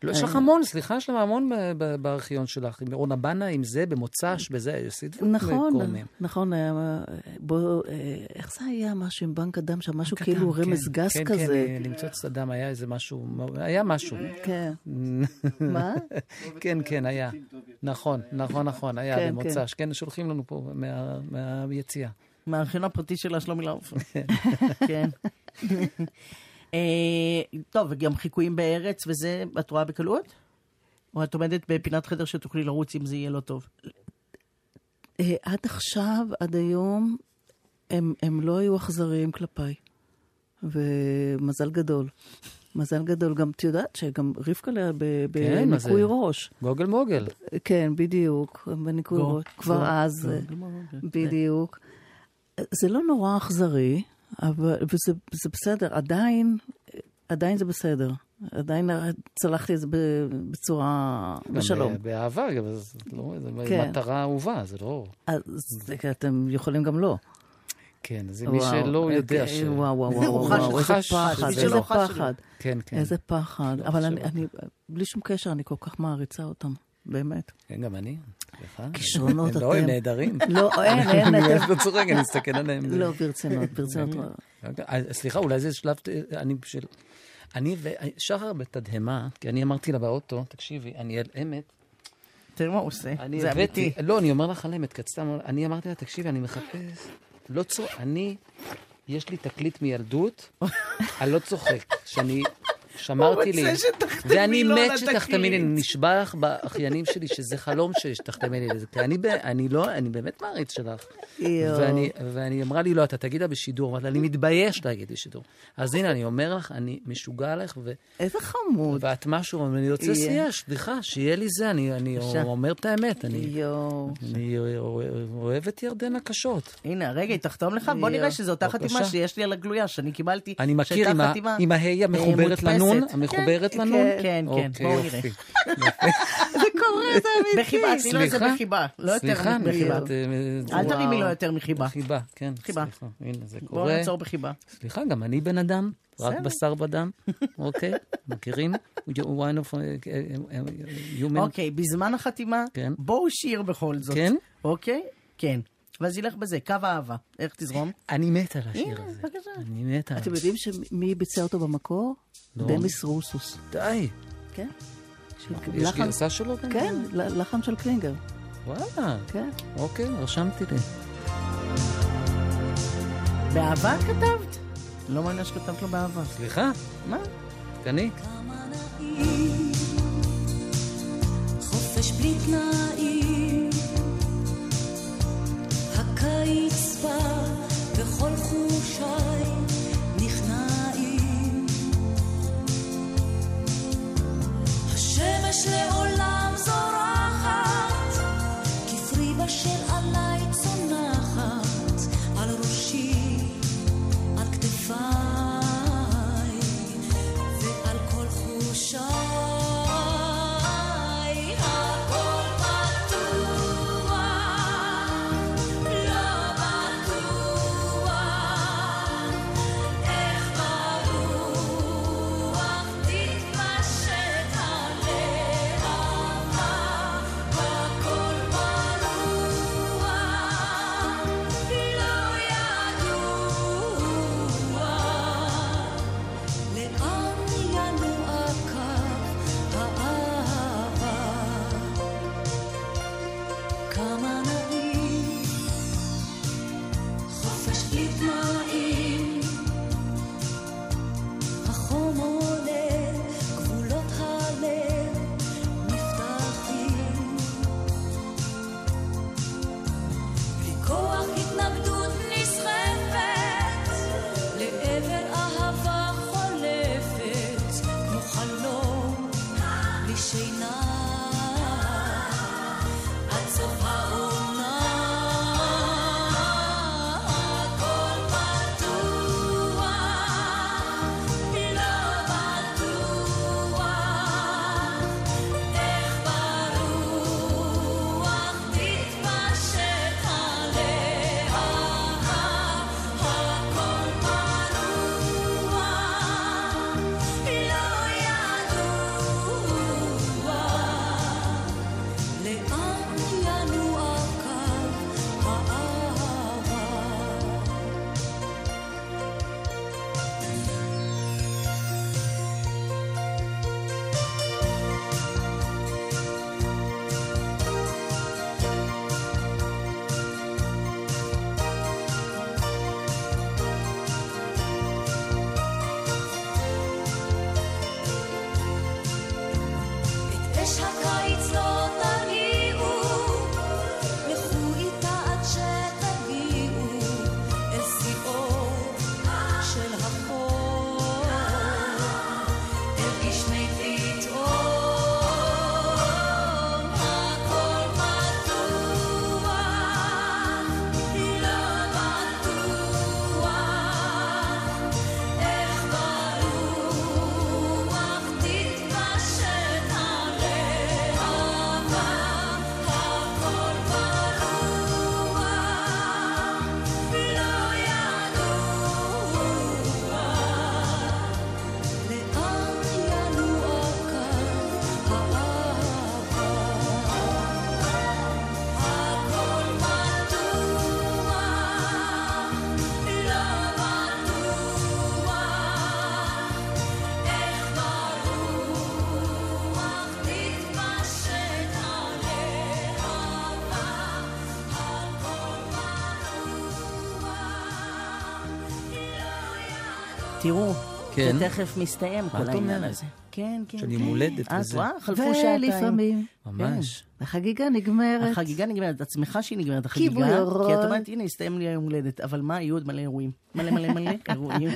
S4: לא, יש לך
S5: אה,
S4: המון, סליחה, יש לך המון ב- ב- בארכיון שלך, עם אורנה בנה, עם זה, במוצ"ש, בזה, יש סדרות
S5: נכון,
S4: גורמים.
S5: נכון, היה- בוא, אה, איך זה היה משהו עם בנק הדם שם, משהו כאילו
S4: כן,
S5: רמז גס
S4: כן, כן,
S5: כזה.
S4: אה, למצוא את סדאם, היה איזה משהו, היה משהו. <laughs>
S5: כן. מה?
S4: כן, כן, היה. נכון, נכון, נכון, היה
S3: כן,
S4: במוצ"ש. כן, שולחים לנו פה מה- מהיציאה.
S3: מהארכיון הפרטי שלה,
S5: <laughs>
S3: שלומי לאוף. כן. אה, טוב, וגם חיקויים בארץ וזה, את רואה בקלות? או את עומדת בפינת חדר שתוכלי לרוץ אם זה יהיה לא טוב?
S5: אה, עד עכשיו, עד היום, הם, הם לא היו אכזריים כלפיי. ומזל גדול. מזל גדול. גם, את יודעת שגם רבקה לה ב-
S4: כן, מה זה?
S5: בניקוי ראש.
S4: גוגל מוגל.
S5: כן, בדיוק, בניקוי
S4: גו-
S5: ראש. כבר
S4: גו-
S5: אז,
S4: גו-
S5: אה,
S4: גו- גו-
S5: בדיוק. זה לא נורא אכזרי, אבל וזה, זה בסדר, עדיין, עדיין זה בסדר. עדיין צלחתי את זה ב- בצורה,
S4: גם
S5: בשלום.
S4: ב- באהבה, גם, אז את לא- זה
S5: כן.
S4: מטרה אהובה, זה לא...
S5: אז זה- אתם יכולים גם לא.
S4: כן, זה מי
S5: וואו,
S4: שלא יודע
S5: אוקיי,
S4: ש...
S5: וואו, וואו, וואו, וואו, איזה פחד, איזה פחד.
S4: כן, לא כן.
S5: איזה פחד.
S4: לא
S5: אבל
S4: חושב
S5: אני,
S4: על זה.
S5: אני, בלי שום קשר, אני כל כך מעריצה אותם, באמת.
S4: כן, גם אני. סליחה.
S5: כישרונות
S4: לא, הם
S5: אתם. <laughs>
S4: נהדרים.
S5: לא, אין, אין,
S4: אני
S5: אתם-
S4: לא צוחק, אני מסתכל עליהם.
S5: לא,
S4: <laughs>
S5: ברצינות, ברצינות.
S4: אה, סליחה, אולי זה שלב... אני בשל... אני ושחר בתדהמה, כי אני אמרתי לה באוטו, תקשיבי, אני על אמת.
S3: תראי מה הוא עושה.
S4: אני
S3: זה
S4: הבאתי,
S3: אמיתי.
S4: לא, אני אומר לך על אמת, כי את סתם, אני אמרתי לה, תקשיבי, אני מחפש, לא צוחק, אני, יש לי תקליט
S3: <laughs>
S4: מילדות, אני לא צוחק, שאני, שמרתי לי,
S3: רוצה שתחתמי
S4: ואני
S3: לו על
S4: מת שתחתמי לי,
S3: התקליט.
S4: אני נשבע לך באחיינים שלי שזה חלום שתחתמי לי לזה, כי אני, ב- אני לא, אני באמת מעריץ שלך.
S5: יואו.
S4: ואני, ואני אמרה לי, לא, אתה תגיד לה בשידור, אמרתי לה, אני מתבייש להגיד בשידור. אז הנה, אני אומר לך, אני משוגע לך, ו...
S5: איזה חמוד.
S4: ואת משהו, אבל אני רוצה
S5: יהיה.
S4: שיהיה, סליחה, שיהיה לי זה, אני, אני
S3: בבקשה.
S4: אומר את האמת, אני,
S5: יואו.
S4: אני אוהב- אוהב את ירדנה קשות.
S3: הנה, רגע, היא תחתום לך? בוא נראה שזו אותה
S4: בבקשה.
S3: חתימה שיש לי על הגלויה, שאני קיבלתי.
S4: אני מכיר
S3: שהייתה
S4: עם ה-
S3: חתימה,
S4: עם ההי
S3: אה,
S4: המחוברת
S3: מודפסת.
S4: לנון,
S3: כן,
S4: המחוברת
S3: כן,
S4: לנון?
S3: כן, כן,
S4: אוקיי,
S3: בואו
S4: יופי.
S3: נראה.
S5: זה קורה, זה אמיתי.
S3: בחיבה, תני לו את זה
S4: סליחה?
S3: בחיבה. לא יותר
S4: סליחה,
S3: מחיבה.
S4: את, אה,
S3: אל
S4: וואו.
S3: תרימי לו יותר מחיבה.
S4: חיבה, כן,
S3: חיבה.
S4: סליחה, הנה, זה קורה.
S3: בואו נעצור בחיבה.
S4: סליחה, גם אני בן אדם, רק
S3: בסדר.
S4: בשר ודם, אוקיי?
S3: <laughs>
S4: מכירים? You one of uh, uh, human.
S3: אוקיי, בזמן החתימה,
S4: כן.
S3: בואו שיר בכל זאת.
S4: כן?
S3: אוקיי? כן. ואז ילך בזה, קו אהבה. איך תזרום?
S4: אני מת על השיר הזה.
S3: בבקשה.
S4: אני מת על
S5: אתם
S4: השיר.
S5: יודעים שמי ביצע אותו במקור?
S4: לא.
S5: דניס רוסוס.
S4: די.
S5: כן. של-
S4: יש
S5: לחן-
S4: גרסה שלו? גם?
S5: כן, ל- לחן של קלינגר.
S4: וואלה.
S5: כן.
S4: אוקיי, רשמתי לי.
S3: באהבה כתבת? לא מאמינה שכתבת לו באהבה.
S4: סליחה,
S3: מה?
S4: קני.
S7: חופש בלי תנאים. הקיץ בא וכל חושיי נכנעים. השמש לעולם זורחת, כפרי בשל עליי צונחת, על ראשי, על כתפיי, ועל כל חושיי. הכל פתוח, לא בטוח, איך ברוח תתפשט עליה. הקיץ לא תגיעו, לכו איתה עד שתגיעו אל שיאו של החור, אל גשמי פתאום הכל פתוח, לא בטוח איך ברוח תתפשט עליה, אבל הכל ברוח, לא ינוע. לאן ינוע כאן האהבה? הכל בטוח, לא בטוח, איך ברוח תתפשט עליה, אבל הכל
S3: תראו,
S4: כן.
S3: זה תכף מסתיים כל
S4: את
S3: העניין
S4: אומרת?
S3: הזה. כן, כן.
S4: של יום הולדת
S3: אה, את
S4: וזה.
S3: רואה? חלפו שעתיים.
S5: ולפעמים.
S4: ממש.
S5: כן. החגיגה נגמרת.
S3: החגיגה נגמרת, את שמחה שהיא נגמרת החגיגה.
S5: כיבוי אורות.
S3: כי את אומרת, הנה, הסתיים לי היום הולדת, אבל מה, יהיו עוד מלא אירועים. מלא מלא <laughs> מלא אירועים.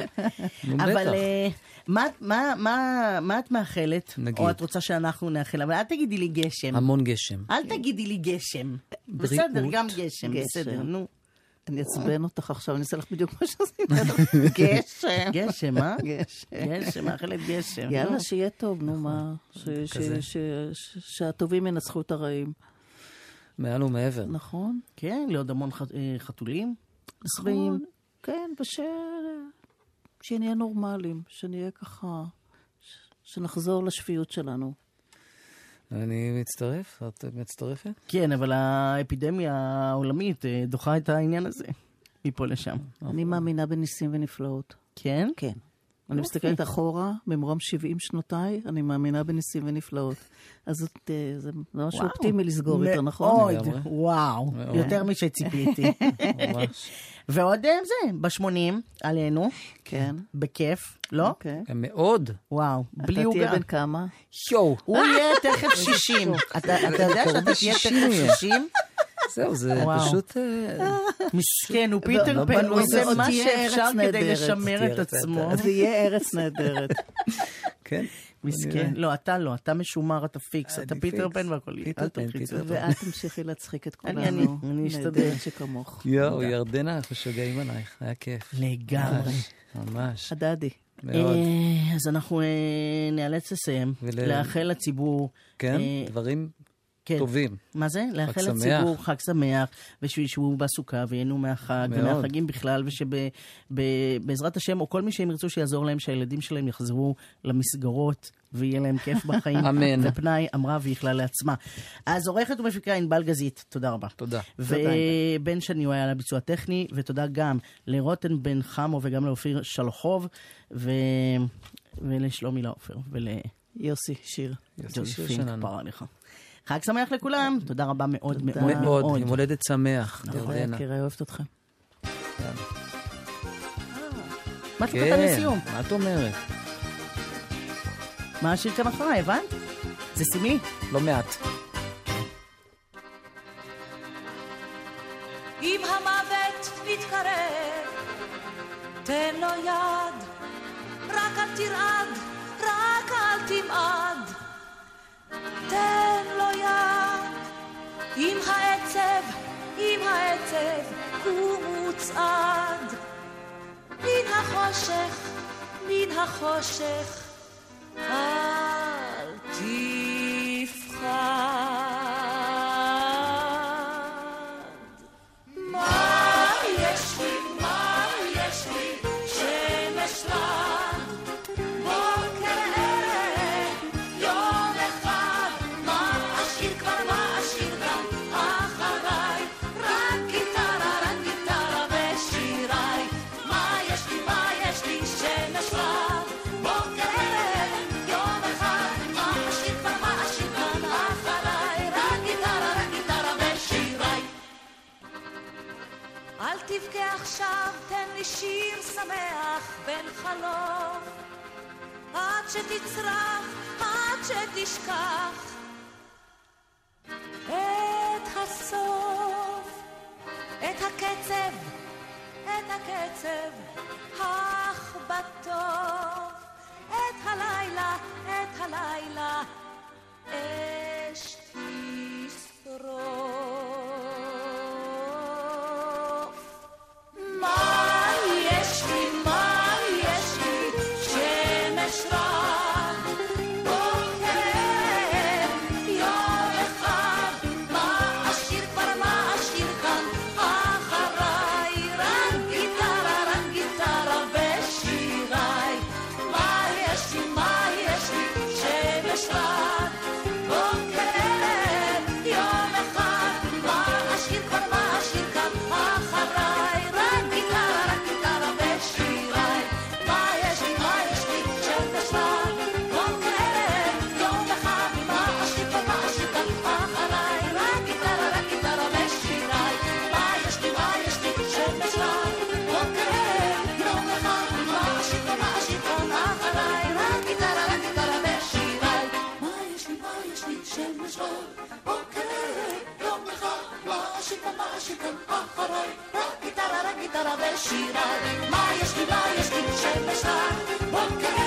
S4: נו,
S3: אבל
S4: בטח.
S3: אה, מה- מה- מה- מה את מאחלת?
S4: נגיד.
S3: או את רוצה שאנחנו נאחל, אבל אל תגידי לי
S5: כן.
S3: גשם.
S4: המון גשם.
S3: אל תגידי לי גשם. בסדר,
S4: בריאות.
S3: גם גשם,
S5: גשם.
S3: בסדר, נו.
S5: אני אעצבן אותך עכשיו, אני אעשה לך בדיוק מה שעשית. גשם.
S3: <laughs> גשם, אה?
S5: גשם.
S3: גשם, מאחלת גשם. נו.
S5: יאללה, שיהיה טוב,
S3: נכון.
S5: נו מה. ש- ש-
S4: כזה.
S5: ש- ש- שהטובים ינצחו את הרעים.
S4: מעל ומעבר.
S5: נכון?
S3: כן, לעוד המון ח- אה, חתולים.
S5: נכון. כן, וש- שנהיה נורמלים, שנהיה ככה, ש- שנחזור לשפיות שלנו.
S4: אני מצטרף, את מצטרפת?
S3: כן, אבל האפידמיה העולמית אה, דוחה את העניין הזה. מפה לשם.
S5: אני מאמינה בניסים ונפלאות.
S3: כן?
S5: כן. אני מסתכלת אחורה, ממרום 70 שנותיי, אני מאמינה בניסים ונפלאות. אז זאת, אה, זה משהו
S3: וואו.
S5: אופטימי לסגור איתו, נכון?
S3: מאוד,
S4: לגמרי.
S3: וואו,
S4: מאוד.
S5: <laughs>
S3: יותר משציפיתי.
S4: ממש.
S3: ועוד אה, זה, ב-80, עלינו,
S5: כן.
S3: בכיף, לא?
S5: אוקיי.
S4: מאוד.
S3: וואו, בלי
S5: אתה
S3: עוגה.
S5: תהיה בן
S3: <laughs>
S5: אה! כמה?
S4: יואו.
S3: הוא יהיה תכף 60. אתה אתה יודע
S4: קרוב
S3: שאתה תהיה
S4: ל-60 הוא
S3: תכף
S4: יהיה.
S3: 60?
S4: זהו, זה
S3: וואו.
S4: פשוט... אה,
S3: מסכן, הוא פיטר
S4: לא
S3: פן,
S4: בנו
S3: הוא
S4: את
S3: עושה
S4: זה.
S3: מה
S5: תהיה
S3: שאפשר
S5: ארץ
S3: כדי
S5: נהדרת.
S3: לשמר
S4: תהיה
S3: את
S4: ארץ
S3: עצמו.
S4: נהדרת.
S5: זה יהיה ארץ נהדרת.
S4: כן.
S3: מסכן. לא, אתה לא, אתה משומר, אתה פיקס, אתה
S4: אני
S3: פיטר
S4: פיקס.
S3: פן והכל יהיה.
S4: פיטר
S3: אל
S4: פן,
S3: תלחיץ
S4: פיטר
S3: אותו.
S5: ואת תמשיכי להצחיק את
S3: אני-
S5: כולנו.
S3: אני- אני אשתדל.
S5: נהדרת שכמוך.
S4: יואו, ירדנה, אנחנו שוגעים עלייך, היה כיף.
S3: לגמרי.
S4: ממש, ממש.
S5: הדדי.
S4: <laughs> מאוד.
S3: אה, אז אנחנו אה, נאלץ לסיים,
S4: ול-
S3: לאחל לציבור.
S4: כן,
S3: אה,
S4: דברים
S3: כן.
S4: טובים.
S3: מה זה? לאחל
S4: שמח.
S3: לציבור חג שמח, ושישבו בסוכה וייהנו מהחג,
S4: מאוד.
S3: ומהחגים בכלל, ושבעזרת השם, או כל מי שהם ירצו שיעזור להם, שהילדים שלהם יחזרו למסגרות. ויהיה להם כיף בחיים.
S4: <laughs> אמן.
S3: ופנאי אמרה והיא לעצמה. אז עורכת ומפיקה ענבל גזית, תודה רבה.
S4: תודה.
S3: ובן שני הוא היה על הביצוע הטכני, ותודה גם לרותם בן חמו וגם לאופיר שלחוב, ו... ולשלומי לאופר,
S5: יוסי, שיר.
S3: ולג'וזפין
S4: שלנו.
S3: כפרה עליך. חג שמח לכולם, תודה רבה מאוד
S5: תודה.
S3: מאוד נכון, כן.
S4: מאוד,
S3: מאוד.
S4: יום הולדת שמח,
S5: תודה,
S4: ירדנה.
S5: יקירה, אוהבת אותך.
S3: מה את כותבת
S4: כן,
S3: לסיום?
S4: מה את אומרת?
S3: מה השיר כאן אחריי, הבנת? זה סמלי.
S4: לא מעט.
S7: אם המוות מתקרב, תן לו יד, רק אל תרעד, רק אל תמעד. תן לו יד, עם העצב, עם העצב, קום וצעד. מן החושך, מן החושך, אל תפחד. מה יש לי, מה יש לי, שמש לה, בוקר ערב, יום אחד, מה אשאיר כבר, מה אשאיר גם אחריי, רק גיטרה, רק גיטרה ושיריי. מה יש לי, מה יש לי, שמש לה, בוקר ערב, יום אחד, מה אשאיר כבר, מה אשאיר גם אחריי, רק גיטרה, רק גיטרה ושיריי. אל תבכה עכשיו, תן לי שיר שמח בן חלום. עד שתצרח, עד שתשכח, גיטרה ושירה, מה יש לי, מה יש לי, שמש לה, בוקר